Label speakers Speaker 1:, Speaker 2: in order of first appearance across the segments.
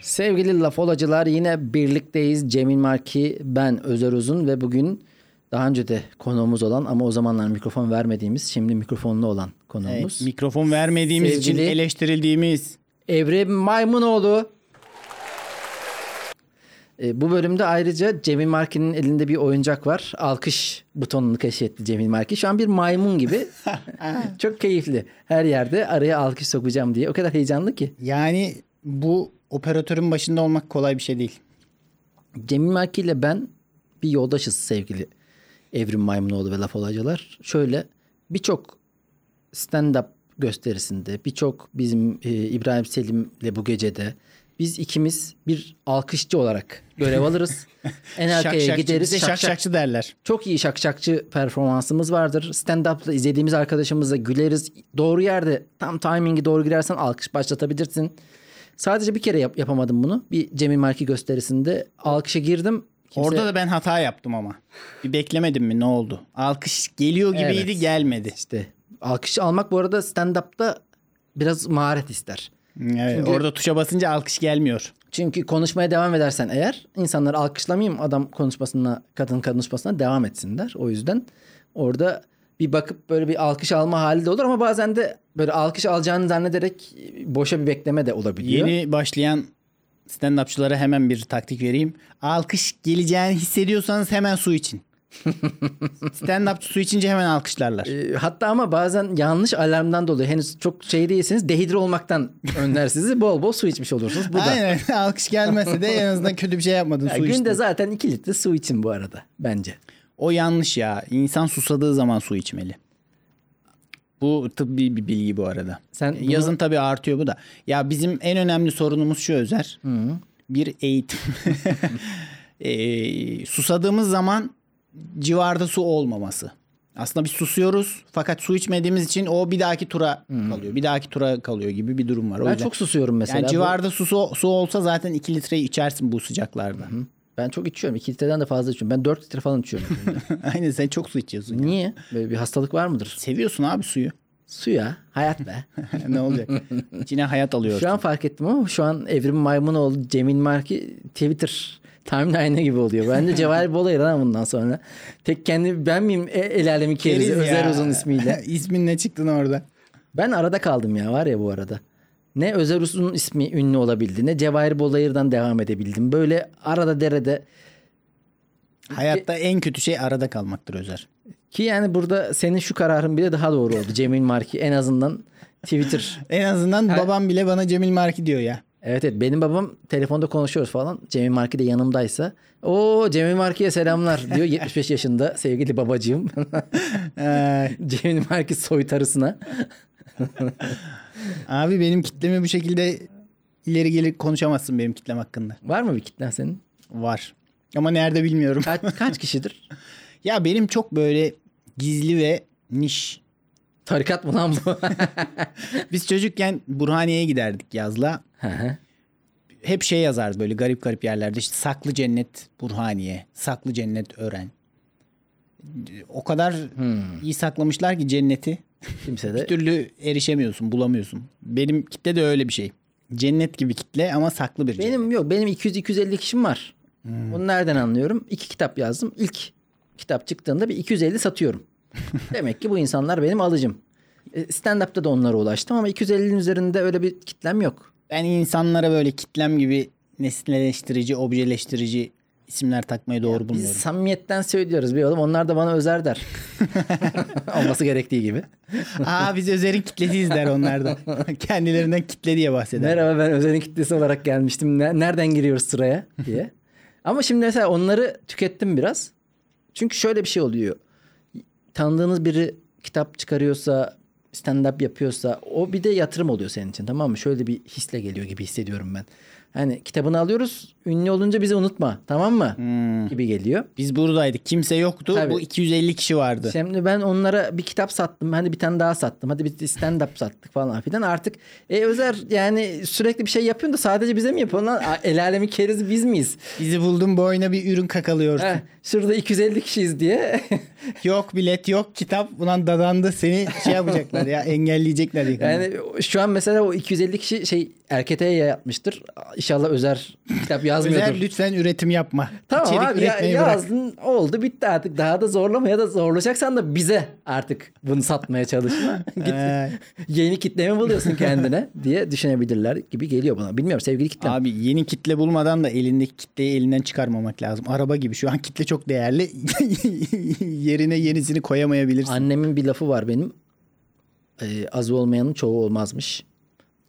Speaker 1: Sevgili laf olacılar yine birlikteyiz. Cemil Marki, ben Özer Uzun ve bugün daha önce de konuğumuz olan ama o zamanlar mikrofon vermediğimiz şimdi mikrofonlu olan konuğumuz.
Speaker 2: E, Mikrofon vermediğimiz için
Speaker 1: Sevgili-
Speaker 2: eleştirildiğimiz.
Speaker 1: Evrim Maymunoğlu. E, bu bölümde ayrıca Cemil Marki'nin elinde bir oyuncak var. Alkış butonunu keşfetti Cemil Marki. Şu an bir maymun gibi. Çok keyifli. Her yerde araya alkış sokacağım diye. O kadar heyecanlı ki.
Speaker 2: Yani bu operatörün başında olmak kolay bir şey değil.
Speaker 1: Cemil Marki ile ben bir yoldaşız sevgili Evrim Maymunoğlu ve Laf Olacılar. Şöyle birçok stand-up gösterisinde, birçok bizim e, İbrahim Selim'le bu gecede biz ikimiz bir alkışçı olarak görev alırız. en arkaya
Speaker 2: şakçı.
Speaker 1: gideriz.
Speaker 2: Bize
Speaker 1: Şak, şak.
Speaker 2: şakşakçı derler.
Speaker 1: Çok iyi şakşakçı performansımız vardır. Stand-up'la izlediğimiz arkadaşımızla güleriz. Doğru yerde tam timingi doğru girersen alkış başlatabilirsin. Sadece bir kere yap- yapamadım bunu. Bir Cemil Marki gösterisinde alkışa girdim. Kimse-
Speaker 2: Orada da ben hata yaptım ama. Bir beklemedim mi ne oldu? Alkış geliyor gibiydi
Speaker 1: Evet.
Speaker 2: gelmedi.
Speaker 1: işte alkış almak bu arada stand-up'ta biraz maharet ister.
Speaker 2: Evet, orada tuşa basınca alkış gelmiyor.
Speaker 1: Çünkü konuşmaya devam edersen eğer insanları alkışlamayayım adam konuşmasına kadın konuşmasına devam etsinler. O yüzden orada bir bakıp böyle bir alkış alma hali de olur ama bazen de böyle alkış alacağını zannederek e, boşa bir bekleme de olabiliyor.
Speaker 2: Yeni başlayan stand-upçılara hemen bir taktik vereyim. Alkış geleceğini hissediyorsanız hemen su için. Stand-upçı su içince hemen alkışlarlar.
Speaker 1: E, Hatta ama bazen yanlış alarmdan dolayı henüz çok şey değilseniz dehidre olmaktan önler sizi. Bol bol su içmiş olursunuz. Bu da.
Speaker 2: Aynen alkış gelmese de en azından kötü bir şey yapmadın
Speaker 1: Ya
Speaker 2: su
Speaker 1: günde
Speaker 2: içtin.
Speaker 1: zaten 2 litre su için bu arada bence.
Speaker 2: O yanlış ya. İnsan susadığı zaman su içmeli. Bu tıbbi bir bilgi bu arada.
Speaker 1: Sen bunu-
Speaker 2: Yazın tabii artıyor bu da. Ya bizim en önemli sorunumuz şu Özer. Bir eğitim. Ee, susadığımız zaman civarda su olmaması. Aslında biz susuyoruz fakat su içmediğimiz için o bir dahaki tura kalıyor. Bir dahaki tura kalıyor gibi bir durum var. O
Speaker 1: Ben
Speaker 2: yüzden-
Speaker 1: çok susuyorum mesela.
Speaker 2: yani
Speaker 1: Bu-
Speaker 2: civarda su, su olsa zaten 2 litreyi içersin bu sıcaklarda.
Speaker 1: Ben çok içiyorum. 2 litreden de fazla içiyorum. Ben 4 litre falan içiyorum.
Speaker 2: Aynen sen çok su içiyorsun.
Speaker 1: Niye? Böyle bir hastalık var mıdır?
Speaker 2: Seviyorsun abi suyu.
Speaker 1: Suya, hayat be.
Speaker 2: ne olacak? İçine hayat alıyor.
Speaker 1: şu an fark ettim ama şu an Evrim Maymunoğlu, Cemil Marki Twitter timeline'ı gibi oluyor. Ben de Cevahir Bolayır lan bundan sonra. Tek kendi ben miyim e, el alemin keriz Özer Uzun ismiyle.
Speaker 2: İsmin ne çıktın orada?
Speaker 1: Ben arada kaldım ya var ya bu arada. Ne Özer Uzun ismi ünlü olabildi ne Cevahir Bolayır'dan devam edebildim. Böyle arada derede
Speaker 2: Hayatta en kötü şey arada kalmaktır Özer.
Speaker 1: ki yani burada senin şu kararın bile daha doğru oldu. Cemil Marki en azından Twitter
Speaker 2: En azından babam bile bana Cemil Marki diyor ya.
Speaker 1: Evet evet benim babam telefonda konuşuyoruz falan. Cemil Marki de yanımdaysa. o Cemil Marki'ye selamlar diyor 75 yaşında sevgili babacığım.
Speaker 2: Ee,
Speaker 1: Cemil Marki soytarısına.
Speaker 2: abi benim kitlemi bu şekilde ileri geri konuşamazsın benim kitlem hakkında.
Speaker 1: Var mı bir kitlen senin?
Speaker 2: Var. Ama nerede bilmiyorum.
Speaker 1: Kaç, kaç kişidir?
Speaker 2: ya benim çok böyle gizli ve niş.
Speaker 1: Tarikat mı lan bu?
Speaker 2: Biz çocukken Burhaniye'ye giderdik yazla.
Speaker 1: Hı hı.
Speaker 2: Hep şey yazardı böyle garip garip yerlerde. İşte saklı cennet Burhaniye, saklı cennet öğren. O kadar
Speaker 1: Hmm.
Speaker 2: iyi saklamışlar ki cenneti.
Speaker 1: Kimse
Speaker 2: Bir
Speaker 1: de.
Speaker 2: türlü erişemiyorsun, bulamıyorsun. Benim kitle de öyle bir şey. Cennet gibi kitle ama saklı bir cennet.
Speaker 1: Benim yok benim 200-250 kişim var. Bunu nereden anlıyorum? İki kitap yazdım. İlk kitap çıktığında bir 250 satıyorum. Demek ki bu insanlar benim alıcım. E, Stand-up'ta da onlara ulaştım ama 250'nin üzerinde öyle bir kitlem yok.
Speaker 2: Ben insanlara böyle kitlem gibi nesneleştirici, objeleştirici isimler takmayı doğru
Speaker 1: Biz
Speaker 2: bulmuyorum.
Speaker 1: samimiyetten söylüyoruz bir oğlum. Onlar da bana özer der. Olması gerektiği gibi.
Speaker 2: Aa biz Özer'in kitlesiyiz der onlardan. Kendilerinden kitle diye bahseder.
Speaker 1: Merhaba ben özenin kitlesi olarak gelmiştim. Ne- Nereden giriyoruz sıraya diye. Ama şimdi mesela onları tükettim biraz. Çünkü şöyle bir şey oluyor. Tanıdığınız biri kitap çıkarıyorsa, stand-up yapıyorsa o bir de yatırım oluyor senin için tamam mı? Şöyle bir hisle geliyor gibi hissediyorum ben. Hani kitabını alıyoruz, ünlü olunca bizi unutma tamam mı? Gibi geliyor.
Speaker 2: Biz buradaydık. Kimse yoktu.
Speaker 1: Tabii.
Speaker 2: Bu 250 kişi vardı.
Speaker 1: Şimdi ben onlara bir kitap sattım. Hadi bir tane daha sattım. Hadi bir stand up sattık falan filan. Artık e, Özer yani sürekli bir şey yapıyorsun da sadece bize mi yapıyorsun lan? A- El alemi keriz biz miyiz?
Speaker 2: Bizi buldun boyuna bir ürün kakalıyorsun.
Speaker 1: Ha, şurada 250 kişiyiz diye.
Speaker 2: Yok bilet yok kitap. Ulan dadandı seni şey yapacaklar ya engelleyecekler yakında.
Speaker 1: yani şu an mesela o 250 kişi şey Erkete'ye yapmıştır. İnşallah Özer kitap yazmıyordur.
Speaker 2: Özel lütfen üretim yapma.
Speaker 1: Tamam
Speaker 2: İçerik
Speaker 1: abi ya,
Speaker 2: üretmeyi bırak.
Speaker 1: yazdın oldu bitti artık. Daha da zorlamaya da zorlayacaksan da bize artık bunu satmaya çalışma. Git
Speaker 2: Ee,
Speaker 1: yeni kitlemi buluyorsun kendine diye düşünebilirler gibi geliyor bana. Bilmiyorum sevgili kitlem.
Speaker 2: Abi yeni kitle bulmadan da elindeki kitleyi elinden çıkarmamak lazım. Araba gibi şu an kitle çok değerli. Yerine yenisini koyamayabilirsin.
Speaker 1: Annemin bir lafı var benim. Ee, az olmayanın çoğu olmazmış.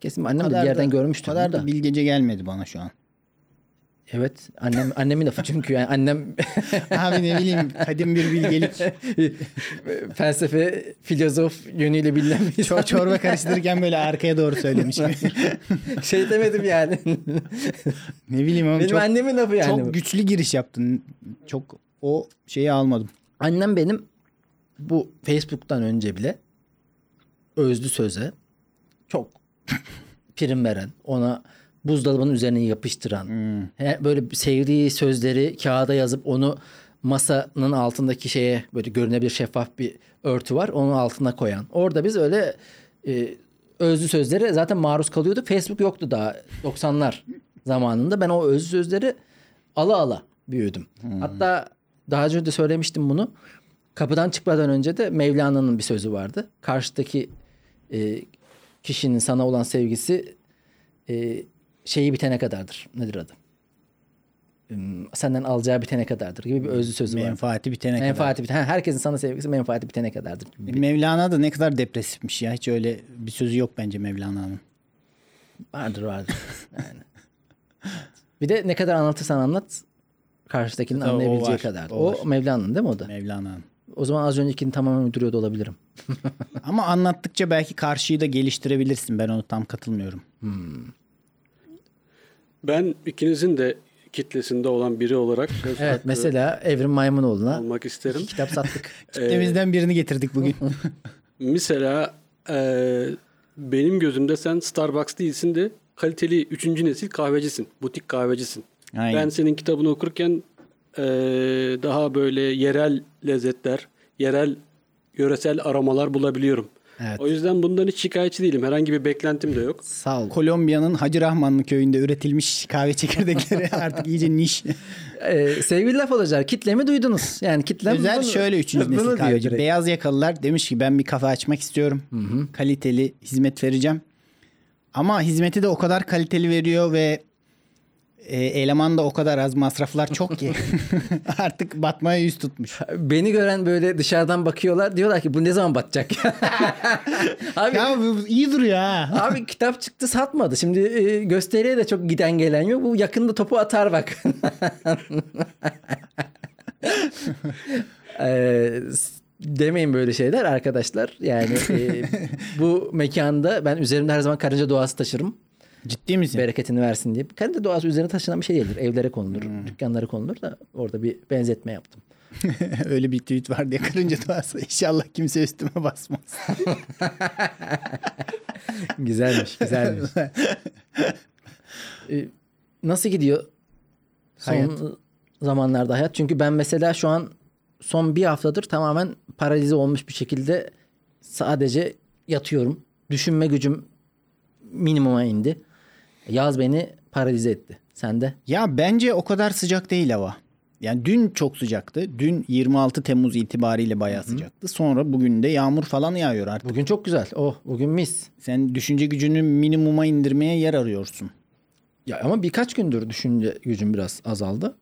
Speaker 1: Kesin annem de bir yerden görmüştür.
Speaker 2: kadar
Speaker 1: bunu
Speaker 2: da bilgece gelmedi bana şu an.
Speaker 1: Evet annem annemin lafı çünkü yani annem
Speaker 2: Abi ne bileyim kadim bir bilgelik.
Speaker 1: felsefe filozof yönüyle bilinen bir insan.
Speaker 2: Çor çorba karıştırırken böyle arkaya doğru söylemiş.
Speaker 1: şey demedim yani.
Speaker 2: ne bileyim ama
Speaker 1: Benim
Speaker 2: çok,
Speaker 1: annemin lafı yani. bu.
Speaker 2: çok güçlü giriş yaptın. Çok o şeyi almadım.
Speaker 1: Annem benim bu Facebook'tan önce bile özlü söze çok prim veren, ona buzdolabının üzerine yapıştıran, he, böyle sevdiği sözleri kağıda yazıp onu masanın altındaki şeye böyle görünebilir şeffaf bir örtü var. Onun altına koyan. Orada biz öyle e, özlü sözlere zaten maruz kalıyorduk. Facebook yoktu daha 90'lar zamanında. Ben o özlü sözleri ala ala büyüdüm. Hatta daha önce de söylemiştim bunu. Kapıdan çıkmadan önce de Mevlana'nın bir sözü vardı. Karşıdaki e, kişinin sana olan sevgisi e, şeyi bitene kadardır. Nedir adı? Hmm, Senden alacağı bitene kadardır gibi bir özlü sözü var.
Speaker 2: Menfaati bitene kadar.
Speaker 1: Menfaati bitene, herkesin sana sevgisi menfaati bitene kadardır.
Speaker 2: Mevlana da ne kadar depresifmiş ya. Hiç öyle bir sözü yok bence Mevlana'nın.
Speaker 1: Vardır vardır. yani. Bir de ne kadar anlatırsan anlat karşıdakinin
Speaker 2: Tabii o
Speaker 1: anlayabileceği
Speaker 2: var,
Speaker 1: kadar.
Speaker 2: o
Speaker 1: O,
Speaker 2: var.
Speaker 1: Mevlana'nın değil mi o da?
Speaker 2: Mevlana'nın.
Speaker 1: O zaman az öncekini tamamen uyduruyor da olabilirim.
Speaker 2: Ama anlattıkça belki karşıyı da geliştirebilirsin. Ben onu tam katılmıyorum.
Speaker 3: Ben ikinizin de kitlesinde olan biri olarak söz
Speaker 1: Evet
Speaker 3: hakkı
Speaker 1: mesela Evrim Maymunoğlu'na
Speaker 3: almak isterim.
Speaker 1: iki kitap sattık. Ee,
Speaker 2: Kitlemizden birini getirdik bugün.
Speaker 3: Mesela e, benim gözümde sen Starbucks değilsin de kaliteli 3. nesil kahvecisin. Butik kahvecisin.
Speaker 2: Aynen.
Speaker 3: Ben senin kitabını okurken e, daha böyle yerel lezzetler, yerel yöresel aromalar bulabiliyorum.
Speaker 1: Evet.
Speaker 3: O yüzden bundan hiç şikayetçi değilim. Herhangi bir beklentim de yok.
Speaker 1: Sağ ol.
Speaker 2: Kolombiya'nın Hacı Rahmanlı köyünde üretilmiş kahve çekirdekleri artık iyice niş.
Speaker 1: Ee, sevgili laf olacak. Kitlemi duydunuz. Yani kitlem
Speaker 2: Özel
Speaker 1: bunu-
Speaker 2: şöyle üçüncü
Speaker 1: bunu
Speaker 2: nesil
Speaker 1: diyor
Speaker 2: kahveci.
Speaker 1: direkt.
Speaker 2: Beyaz yakalılar demiş ki ben bir kafe açmak istiyorum. Kaliteli hizmet vereceğim. Ama hizmeti de o kadar kaliteli veriyor ve e, eleman da o kadar az masraflar çok ki. artık batmaya yüz tutmuş.
Speaker 1: Beni gören böyle dışarıdan bakıyorlar. Diyorlar ki bu ne zaman batacak? Abi
Speaker 2: Ya bu bu iyi duruyor ha.
Speaker 1: Abi kitap çıktı satmadı. Şimdi e, gösteriye de çok giden gelen yok. Bu yakında topu atar bak. Ee, s- demeyin böyle şeyler arkadaşlar. Yani e, bu mekanda ben üzerimde her zaman karınca doğası taşırım.
Speaker 2: Ciddi misin?
Speaker 1: Bereketini versin diye. Karınca doğası üzerine taşınan bir şey değildir. Evlere konulur, dükkanlara konulur da orada bir benzetme yaptım.
Speaker 2: Öyle bir tweet vardı ya karınca duası. İnşallah kimse üstüme basmaz.
Speaker 1: Güzelmiş, güzelmiş. Ee, Nasıl gidiyor
Speaker 2: Hayat.
Speaker 1: son zamanlarda hayat? Çünkü ben mesela şu an son bir haftadır tamamen paralize olmuş bir şekilde sadece yatıyorum. Düşünme gücüm minimuma indi. Yaz beni paralize etti. Sen de?
Speaker 2: Ya bence o kadar sıcak değil hava. Yani dün çok sıcaktı. Dün 26 Temmuz itibariyle bayağı sıcaktı. Sonra bugün de yağmur falan yağıyor artık.
Speaker 1: Bugün çok güzel. Oh bugün mis.
Speaker 2: Sen düşünce gücünü minimuma indirmeye yer arıyorsun.
Speaker 1: Ya ama birkaç gündür düşünce gücüm biraz azaldı.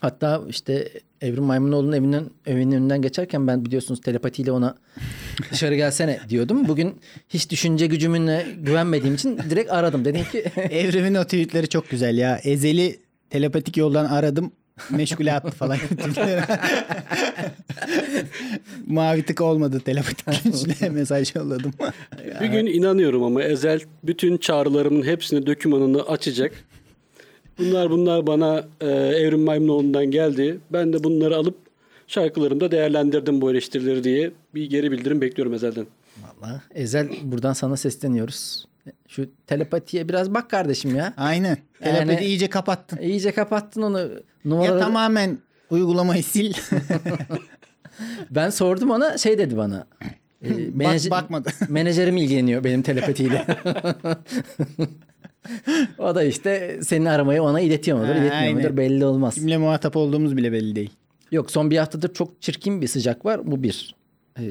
Speaker 1: Hatta işte Evrim Maymunoğlu'nun evinden, evinin önünden geçerken ben biliyorsunuz telepatiyle ona dışarı gelsene diyordum. Bugün hiç düşünce gücümüne güvenmediğim için direkt aradım. Dedim ki
Speaker 2: Evrim'in o tweetleri çok güzel ya. Ezeli telepatik yoldan aradım. Meşgule attı falan. Mavi tık olmadı telepatik güçle mesaj yolladım.
Speaker 3: Bir gün inanıyorum ama Ezel bütün çağrılarımın hepsini dokümanını açacak. Bunlar bunlar bana e, Evrim Maymunoğlu'ndan geldi. Ben de bunları alıp şarkılarımda değerlendirdim bu eleştirileri diye bir geri bildirim bekliyorum Ezel'den.
Speaker 1: Vallahi Ezel buradan sana sesleniyoruz. Şu telepatiye biraz bak kardeşim ya.
Speaker 2: Aynen. Telepati
Speaker 1: Yani-
Speaker 2: iyice kapattın.
Speaker 1: İyice kapattın onu.
Speaker 2: Ya
Speaker 1: Numaraları...
Speaker 2: tamamen uygulamayı sil.
Speaker 1: Ben sordum ona şey dedi bana. E, menajer-
Speaker 2: bakmadı.
Speaker 1: Menajerim ilgileniyor benim telepatiyle. O da işte senin aramayı ona iletiyor mudur,
Speaker 2: Ha,
Speaker 1: iletmiyor
Speaker 2: aynen.
Speaker 1: mudur belli olmaz.
Speaker 2: Kimle muhatap olduğumuz bile belli değil.
Speaker 1: Yok son bir haftadır çok çirkin bir sıcak var. Bu bir. Ee,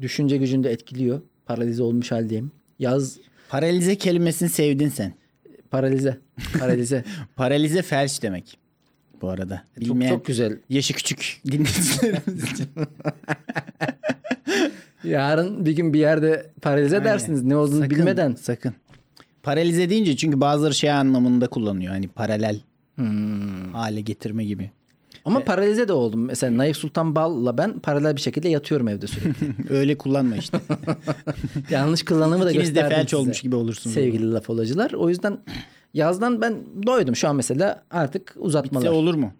Speaker 1: düşünce gücünü de etkiliyor. Paralize olmuş haldeyim. Yaz
Speaker 2: Paralize kelimesini sevdin sen.
Speaker 1: paralize. Paralize.
Speaker 2: Paralize felç demek. Bu arada.
Speaker 1: çok,
Speaker 2: Bilmeyen
Speaker 1: çok güzel.
Speaker 2: yaşı küçük dinleyicilerimiz için.
Speaker 1: Yarın bir gün bir yerde paralize
Speaker 2: Aynen.
Speaker 1: dersiniz. Ne olduğunu
Speaker 2: Sakın,
Speaker 1: bilmeden.
Speaker 2: Sakın. Paralize deyince çünkü bazıları şey anlamında kullanıyor. Hani paralel
Speaker 1: Hmm.
Speaker 2: hale getirme gibi.
Speaker 1: Ama
Speaker 2: E-
Speaker 1: paralize de oldum. Mesela Naif Sultan Bal'la ben paralel bir şekilde yatıyorum evde sürekli.
Speaker 2: Öyle kullanma işte.
Speaker 1: Yanlış kullanımı da
Speaker 2: İkiniz de
Speaker 1: gösterdim
Speaker 2: felç
Speaker 1: size.
Speaker 2: olmuş gibi olursunuz.
Speaker 1: Sevgili laf olacılar. O yüzden yazdan ben doydum. Şu an mesela artık uzatmalar.
Speaker 2: Size olur mu?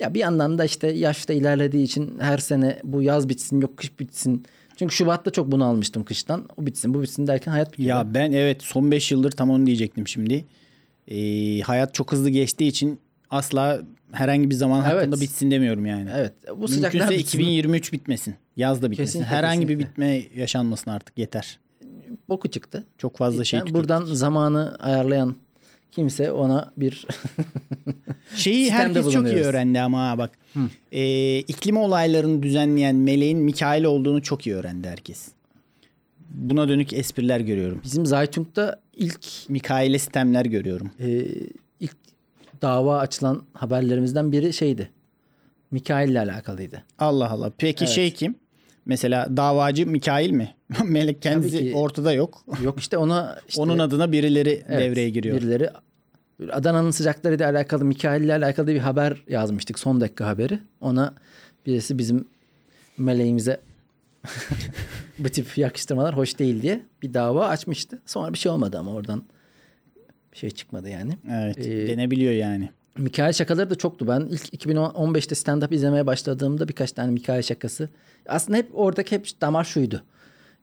Speaker 1: Ya bir yandan da işte yaşta ilerlediği için her sene bu yaz bitsin yok kış bitsin. Çünkü Şubat'ta çok bunu almıştım kıştan. O bitsin bu bitsin derken hayat bitiyor.
Speaker 2: Ya ben evet son 5 yıldır tam onu diyecektim şimdi. Ee, hayat çok hızlı geçtiği için asla herhangi bir zaman
Speaker 1: Evet.
Speaker 2: hakkında bitsin demiyorum yani.
Speaker 1: Evet bu sıcaklar
Speaker 2: Mümkünse
Speaker 1: bitsin.
Speaker 2: 2023 bitmesin. Yaz da bitmesin.
Speaker 1: Kesinlikle,
Speaker 2: herhangi bir
Speaker 1: kesinlikle.
Speaker 2: bitme yaşanmasın artık yeter.
Speaker 1: boku çıktı.
Speaker 2: Çok fazla şey.
Speaker 1: Yani
Speaker 2: tutuyor.
Speaker 1: buradan zamanı ayarlayan kimse ona bir
Speaker 2: Şeyi
Speaker 1: Sistemde
Speaker 2: herkes çok iyi
Speaker 1: bulunuyoruz.
Speaker 2: öğrendi ama ha bak. Ee, iklim olaylarını düzenleyen meleğin Mikail olduğunu çok iyi öğrendi herkes. Buna dönük espriler görüyorum.
Speaker 1: bizim Zaytung'da ilk
Speaker 2: Mikail'e sistemler görüyorum.
Speaker 1: e, ilk dava açılan haberlerimizden biri şeydi. Mikail ile alakalıydı.
Speaker 2: Allah Allah. Peki
Speaker 1: Evet.
Speaker 2: şey kim? Mesela davacı Mikail mi? Melek
Speaker 1: Tabii
Speaker 2: kendisi
Speaker 1: ki.
Speaker 2: ortada yok.
Speaker 1: Yok işte ona işte,
Speaker 2: Onun adına birileri
Speaker 1: Evet,
Speaker 2: devreye giriyor.
Speaker 1: Birileri Adana'nın sıcakları ile alakalı, Mikail ile alakalı bir haber yazmıştık. Son dakika haberi. Ona birisi bizim meleğimize bu tip yakıştırmalar hoş değil diye bir dava açmıştı. Sonra bir şey olmadı ama oradan bir şey çıkmadı yani.
Speaker 2: Evet.
Speaker 1: Ee,
Speaker 2: denebiliyor yani.
Speaker 1: Mikail şakaları da çoktu. Ben ilk 2015'te stand-up izlemeye başladığımda birkaç tane Mikail şakası. Aslında hep oradaki hep damar şuydu.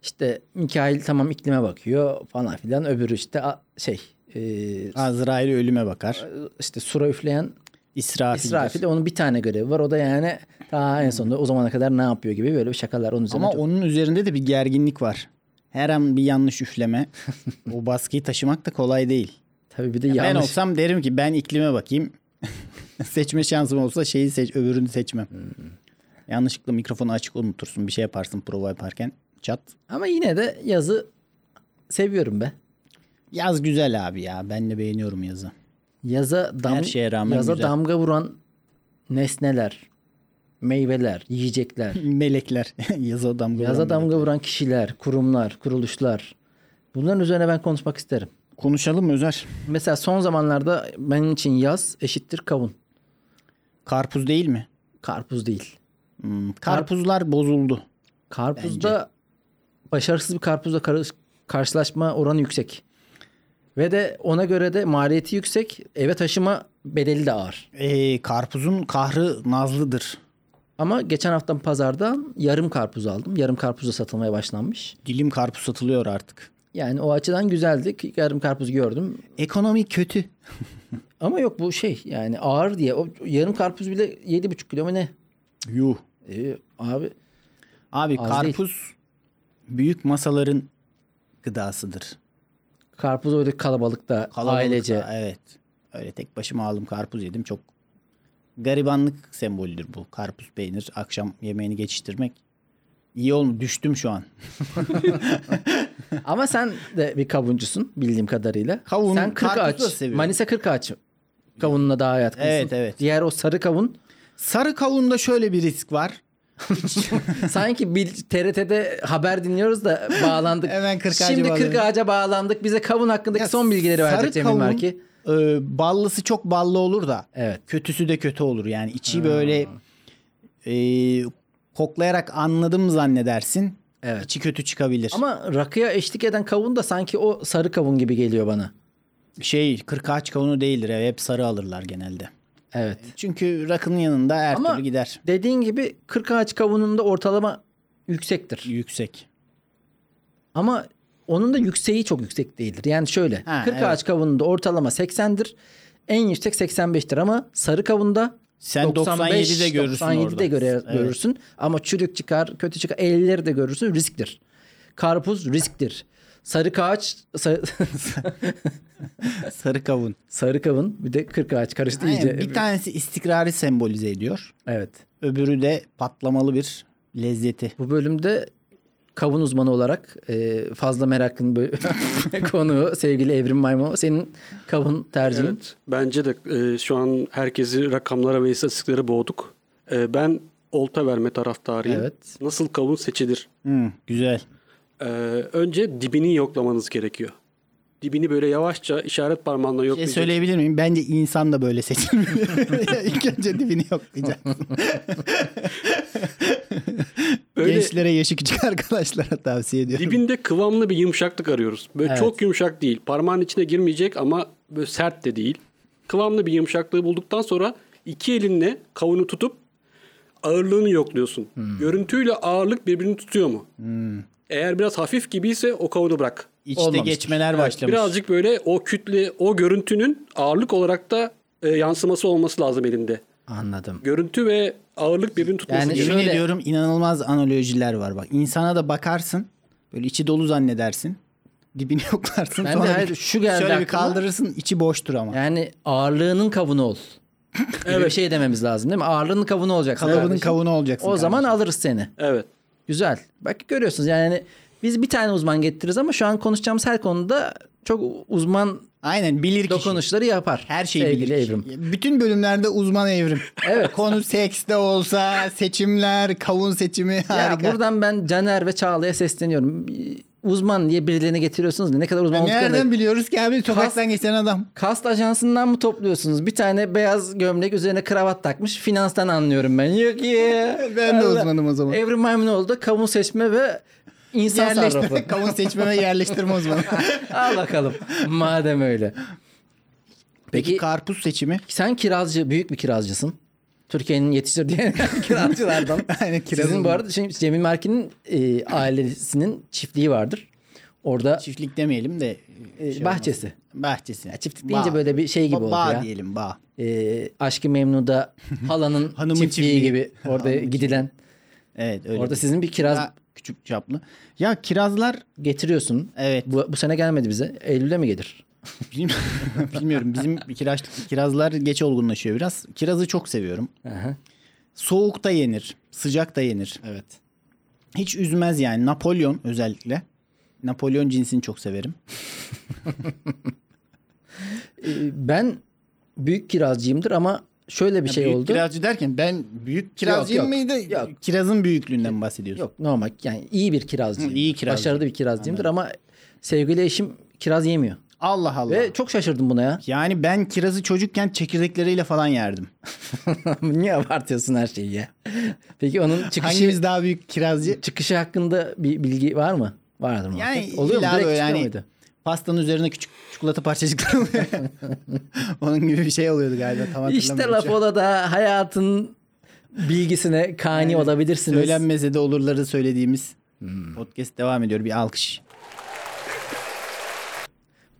Speaker 1: İşte Mikail tamam iklime bakıyor falan filan. Öbürü işte a- şey e,
Speaker 2: Azrail ölüme bakar.
Speaker 1: işte sura üfleyen
Speaker 2: İsrafil.
Speaker 1: İsrafil de onun bir tane görevi var. O da yani ta en sonunda o zamana kadar ne yapıyor gibi böyle bir şakalar onun üzerine.
Speaker 2: Hmm. Ama
Speaker 1: çok-
Speaker 2: onun üzerinde de bir gerginlik var. Her an bir yanlış üfleme. o baskıyı taşımak da kolay değil.
Speaker 1: Tabii bir de
Speaker 2: Ben
Speaker 1: yanlış.
Speaker 2: olsam derim ki ben iklime bakayım. Seçme şansım olsa şeyi seç, öbürünü seçmem.
Speaker 1: Hmm.
Speaker 2: Yanlışlıkla mikrofonu açık unutursun. Bir şey yaparsın prova yaparken. Çat.
Speaker 1: Ama yine de yazı seviyorum be.
Speaker 2: Yaz güzel abi ya. Ben de beğeniyorum yazı.
Speaker 1: Yaza, dam
Speaker 2: Her şeye rağmen
Speaker 1: yaza
Speaker 2: güzel.
Speaker 1: damga vuran nesneler, meyveler, yiyecekler,
Speaker 2: Melekler. Yaza damga.
Speaker 1: yaza
Speaker 2: vuran melek.
Speaker 1: damga vuran kişiler, kurumlar, kuruluşlar. Bunların üzerine ben konuşmak isterim.
Speaker 2: Konuşalım mı Özer?
Speaker 1: Mesela son zamanlarda benim için yaz eşittir kavun.
Speaker 2: Karpuz değil mi?
Speaker 1: Karpuz değil.
Speaker 2: Hmm, Karpuzlar bozuldu.
Speaker 1: Karpuzda başarısız bir karpuzla kar- karşılaşma oranı yüksek. Ve de ona göre de maliyeti yüksek. Eve taşıma bedeli de ağır.
Speaker 2: Ee, karpuzun kahrı nazlıdır.
Speaker 1: Ama geçen hafta pazarda yarım karpuz aldım. Yarım karpuzla satılmaya başlanmış.
Speaker 2: Dilim karpuz satılıyor artık.
Speaker 1: Yani o açıdan güzeldi. ki Yarım karpuz gördüm.
Speaker 2: Ekonomi kötü.
Speaker 1: Ama yok bu şey yani ağır diye. O yarım karpuz bile 7,5 kilo mu ne?
Speaker 2: Yuh.
Speaker 1: Ee, abi
Speaker 2: Abi
Speaker 1: Az
Speaker 2: karpuz büyük masaların gıdasıdır.
Speaker 1: karpuz öyle kalabalıkta,
Speaker 2: Kalabalıkta,
Speaker 1: ailece.
Speaker 2: Evet. Öyle tek başıma aldım karpuz yedim çok garibanlık sembolüdür bu. Karpuz peynir akşam yemeğini geçiştirmek. İyi oldu düştüm şu an.
Speaker 1: Ama sen de bir kavuncusun bildiğim kadarıyla.
Speaker 2: Kavun,
Speaker 1: sen 40
Speaker 2: karpuz
Speaker 1: ağaç.
Speaker 2: da seviyorum.
Speaker 1: Manisa 40 ağaç. Kavununa daha yatkınsın.
Speaker 2: Evet, evet.
Speaker 1: Diğer o sarı kavun
Speaker 2: Sarı kavunda şöyle bir risk var.
Speaker 1: sanki bir TRT'de haber dinliyoruz da bağlandık.
Speaker 2: Hemen 40 ağaca
Speaker 1: Şimdi 40
Speaker 2: bağlanıyoruz.
Speaker 1: ağaca bağlandık. Bize kavun hakkındaki son bilgileri
Speaker 2: Sarı
Speaker 1: verecek Cemil
Speaker 2: kavun,
Speaker 1: Marki.
Speaker 2: e, ballısı çok ballı olur da
Speaker 1: Evet.
Speaker 2: kötüsü de kötü olur. Yani içi böyle e, koklayarak anladım zannedersin.
Speaker 1: Evet.
Speaker 2: İçi kötü çıkabilir. Ama
Speaker 1: Ama rakıya eşlik eden kavun da sanki o sarı kavun gibi geliyor bana.
Speaker 2: şey kırkağaç kavunu değildir. evet, Hep sarı alırlar genelde.
Speaker 1: Evet.
Speaker 2: Çünkü rakının yanında her
Speaker 1: Ama-
Speaker 2: türlü gider.
Speaker 1: Dediğin gibi 40 ağaç kavununda ortalama yüksektir.
Speaker 2: Yüksek.
Speaker 1: Ama onun da yükseği çok yüksek değildir. Yani şöyle
Speaker 2: Ha,
Speaker 1: 40
Speaker 2: evet.
Speaker 1: ağaç kavununda ortalama 80'dir. En yüksek 85'tir ama sarı kavunda
Speaker 2: Sen 97 de görürsün
Speaker 1: 97
Speaker 2: orada.
Speaker 1: de göre,
Speaker 2: Evet.
Speaker 1: görürsün ama çürük çıkar, kötü çıkar, 50'leri de görürsün risktir. Karpuz risktir. Sarı Kağaç, sarı,
Speaker 2: Sarı kavun.
Speaker 1: sarı Kavun bir de Kırk Ağaç karıştı
Speaker 2: Aynen,
Speaker 1: iyice.
Speaker 2: bir tanesi istikrarı sembolize ediyor.
Speaker 1: Evet.
Speaker 2: Öbürü de patlamalı bir lezzeti.
Speaker 1: Bu bölümde kavun uzmanı olarak e, fazla merakın bö- konuğu sevgili Evrim Maymo. Senin kavun tercihin.
Speaker 3: Evet. Bence de e, şu an herkesi rakamlara ve istatistiklere boğduk. E, ben olta verme taraftarıyım.
Speaker 1: Evet.
Speaker 3: Nasıl kavun seçilir?
Speaker 2: Hı, güzel.
Speaker 3: E, önce dibini yoklamanız gerekiyor. Dibini böyle yavaşça işaret parmağınla
Speaker 2: Bir şey
Speaker 3: yoklayacaksın.
Speaker 2: söyleyebilir miyim? Bence insan da böyle seçilmeli. İlk önce dibini yoklayacaksın.
Speaker 3: Böyle
Speaker 2: Gençlere yaşı küçük arkadaşlara tavsiye ediyorum.
Speaker 3: dibinde kıvamlı bir yumuşaklık arıyoruz. Böyle çok yumuşak değil. Parmağın içine girmeyecek ama böyle sert de değil. Kıvamlı bir yumuşaklığı bulduktan sonra iki elinle kavunu tutup ağırlığını yokluyorsun. Görüntüyle ağırlık birbirini tutuyor mu? Eğer biraz hafif gibiyse o kavunu bırak.
Speaker 2: İçte
Speaker 1: Olmamıştır.
Speaker 2: geçmeler başlamış.
Speaker 3: Birazcık böyle o kütle, o görüntünün ağırlık olarak da e, yansıması olması lazım elinde.
Speaker 1: Anladım.
Speaker 3: Görüntü ve ağırlık birbirini tutması
Speaker 1: Yani
Speaker 3: gerekiyor.
Speaker 2: Yemin
Speaker 1: Şöyle-
Speaker 2: ediyorum inanılmaz analojiler var bak. İnsana da bakarsın. Böyle içi dolu zannedersin. Dibini yoklarsın.
Speaker 1: Ben de
Speaker 2: sonra bir-
Speaker 1: hayır, şu geldi
Speaker 2: Şöyle bir
Speaker 1: aklıma.
Speaker 2: kaldırırsın içi boştur ama.
Speaker 1: Yani ağırlığının kavunu ol. Böyle bir
Speaker 3: Evet.
Speaker 1: şey dememiz lazım değil mi? Ağırlığının kavunu olacaksın.
Speaker 2: Kalıbının
Speaker 1: kardeşim.
Speaker 2: kavunu olacaksın.
Speaker 1: O zaman
Speaker 2: kardeşim.
Speaker 1: alırız seni.
Speaker 3: Evet.
Speaker 1: Güzel. Bak görüyorsunuz yani biz bir tane uzman getiririz ama şu an konuşacağımız her konuda çok uzman
Speaker 2: Aynen bilir kişi.
Speaker 1: dokunuşları yapar.
Speaker 2: Her şeyi
Speaker 1: Sevgili
Speaker 2: bilir kişi.
Speaker 1: Evrim.
Speaker 2: Bütün bölümlerde uzman evrim. Evet. Konu seks de olsa seçimler, kavun seçimi harika.
Speaker 1: Ya buradan ben Caner ve Çağla'ya sesleniyorum. Uzman diye birilerini getiriyorsunuz. Ne kadar uzman olduklarını-
Speaker 2: Nereden biliyoruz ki abi sokaktan
Speaker 1: Kas-
Speaker 2: geçen adam.
Speaker 1: Kast ajansından mı topluyorsunuz? Bir tane beyaz gömlek üzerine kravat takmış. Finanstan anlıyorum ben. Yok ya.
Speaker 2: Ben de uzmanım o zaman.
Speaker 1: Evrim Maymunoğlu da kamu seçme ve insan sarrafı.
Speaker 2: Yerleştirme, kavun seçme ve yerleştirme uzmanı.
Speaker 1: Al bakalım. Madem öyle. Peki
Speaker 2: Karpuz seçimi.
Speaker 1: sen kirazcı, büyük bir kirazcısın. Türkiye'nin yetiştirdiği kirazcılardan.
Speaker 2: Aynen, kiraz
Speaker 1: Sizin bu
Speaker 2: uzmanı.
Speaker 1: arada şimdi Cemil Markin'in e, ailesinin çiftliği vardır. Orada
Speaker 2: Çiftlik demeyelim de.
Speaker 1: e,
Speaker 2: şey
Speaker 1: bahçesi.
Speaker 2: olmaz. Bahçesi.
Speaker 1: Ya çiftlik deyince böyle bir şey gibi
Speaker 2: Ba-
Speaker 1: oldu
Speaker 2: bağ
Speaker 1: ya.
Speaker 2: diyelim bağ.
Speaker 1: E, Aşk-ı Memnu'da halanın
Speaker 2: Hanımın
Speaker 1: çiftliği,
Speaker 2: çiftliği.
Speaker 1: gibi orada gidilen.
Speaker 2: Evet öyle.
Speaker 1: Orada
Speaker 2: Orada
Speaker 1: sizin bir kiraz
Speaker 2: küçük çaplı. Ya kirazlar
Speaker 1: getiriyorsun.
Speaker 2: evet
Speaker 1: Bu, bu sene gelmedi bize. Eylül'e mi gelir?
Speaker 2: bilmiyorum, bilmiyorum. bizim kiraç, kirazlar geç olgunlaşıyor biraz. Kirazı çok seviyorum.
Speaker 1: Aha.
Speaker 2: Soğukta yenir, sıcakta yenir.
Speaker 1: Evet.
Speaker 2: Hiç üzmez yani. Napolyon özellikle. Napolyon cinsini çok severim.
Speaker 1: Ben büyük kirazcıyımdır ama şöyle bir şey
Speaker 2: büyük
Speaker 1: oldu.
Speaker 2: Kirazcı derken ben büyük
Speaker 1: Yok,
Speaker 2: kirazcıyım
Speaker 1: yok,
Speaker 2: mıydı?
Speaker 1: yok.
Speaker 2: Kirazın büyüklüğünden mi bahsediyorsun.
Speaker 1: Yok normal yani iyi bir kirazcıyım.
Speaker 2: Hı, iyi kirazcı.
Speaker 1: Başarılı bir kirazcıyımdır ama sevgili eşim kiraz yemiyor.
Speaker 2: Allah Allah.
Speaker 1: Ve çok şaşırdım buna ya.
Speaker 2: Yani ben kirazı çocukken çekirdekleriyle falan yerdim.
Speaker 1: Niye abartıyorsun her şeyi ya? Peki onun çıkışı
Speaker 2: Hangimiz daha büyük kirazcı?
Speaker 1: çıkışı hakkında bir bilgi var mı? Vardır mı?
Speaker 2: Yani
Speaker 1: Oluyor mu?
Speaker 2: illa
Speaker 1: Direkt
Speaker 2: böyle
Speaker 1: çıkıyor
Speaker 2: yani-
Speaker 1: muydu?
Speaker 2: Pastanın üzerine küçük çikolata parçacıkları oluyor. Onun gibi bir şey oluyordu galiba. Tam
Speaker 1: İşte
Speaker 2: hatırlamıyorum.
Speaker 1: laf ola da hayatın bilgisine kani olabilirsiniz.
Speaker 2: Söylenmese de olurları söylediğimiz podcast devam ediyor. Bir alkış.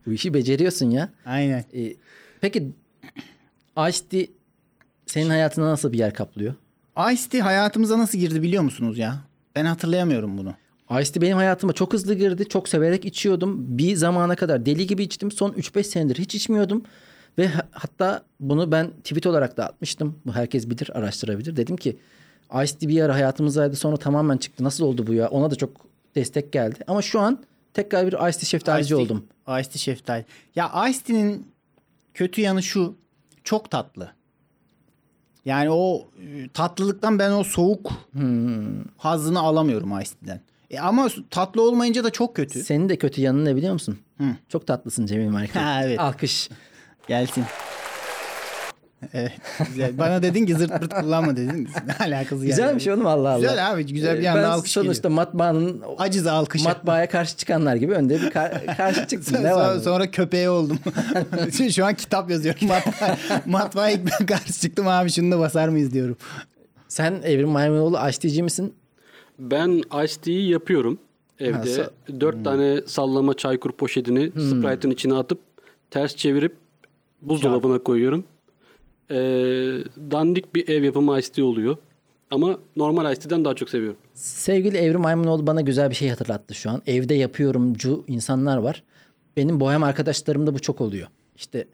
Speaker 1: Bu işi beceriyorsun ya.
Speaker 2: Aynen.
Speaker 1: Ee, peki Ice-T senin hayatında nasıl bir yer kaplıyor?
Speaker 2: Ice Tea hayatımıza nasıl girdi biliyor musunuz ya? Ben hatırlayamıyorum bunu.
Speaker 1: Ice-T benim hayatıma çok hızlı girdi. Çok severek içiyordum. Bir zamana kadar deli gibi içtim. Son 3-5 senedir hiç içmiyordum. Ve ha- hatta bunu ben tweet olarak da atmıştım. Bu herkes bilir, araştırabilir. Dedim ki Ice-T bir ara hayatımızdaydı sonra tamamen çıktı. Nasıl oldu bu ya? Ona da çok destek geldi. Ama şu an tekrar bir Ice-T şeftalici
Speaker 2: Ice-T-
Speaker 1: oldum.
Speaker 2: Ice Tea şeftali. Ya Ice Tea'nin kötü yanı şu. Çok tatlı. Yani o e, tatlılıktan ben o soğuk hazını alamıyorum Ice Tea'den. E ama tatlı olmayınca da çok kötü.
Speaker 1: Senin de kötü yanın ne biliyor musun?
Speaker 2: Hı.
Speaker 1: Çok tatlısın Cemil Marka.
Speaker 2: Ha, evet.
Speaker 1: Alkış.
Speaker 2: Gelsin. Evet. Güzel. Bana dedin ki zırt pırt kullanma dedin. Ne alakası
Speaker 1: Güzel bir
Speaker 2: yani?
Speaker 1: şey oğlum Allah Allah.
Speaker 2: Güzel abi. Güzel bir
Speaker 1: Ee,
Speaker 2: anda
Speaker 1: ben
Speaker 2: alkış
Speaker 1: sonuçta matbaanın
Speaker 2: geliyor. Aciz alkışı.
Speaker 1: matbaaya karşı çıkanlar gibi önde bir ka- karşı çıktım. ne var?
Speaker 2: sonra,
Speaker 1: bunda?
Speaker 2: sonra köpeğe oldum. Şu an kitap yazıyorum. Matbaa, matbaaya ilk ben karşı çıktım abi şunu da basar mıyız diyorum.
Speaker 1: Sen Evrim Maymunoğlu açtıcı misin?
Speaker 3: Ben iced tea'yi yapıyorum
Speaker 1: Ha,
Speaker 3: evde.
Speaker 1: sa- Hmm.
Speaker 3: Dört tane sallama çaykur poşetini Sprite'ın içine atıp ters çevirip buzdolabına koyuyorum. Ee, dandik bir ev yapımı iced tea oluyor. Ama normal Ice Tea'den daha çok seviyorum.
Speaker 1: Sevgili Evrim Aymunoğlu bana güzel bir şey hatırlattı şu an. Evde yapıyorumcu insanlar var. Benim bohem arkadaşlarımda bu çok oluyor. İşte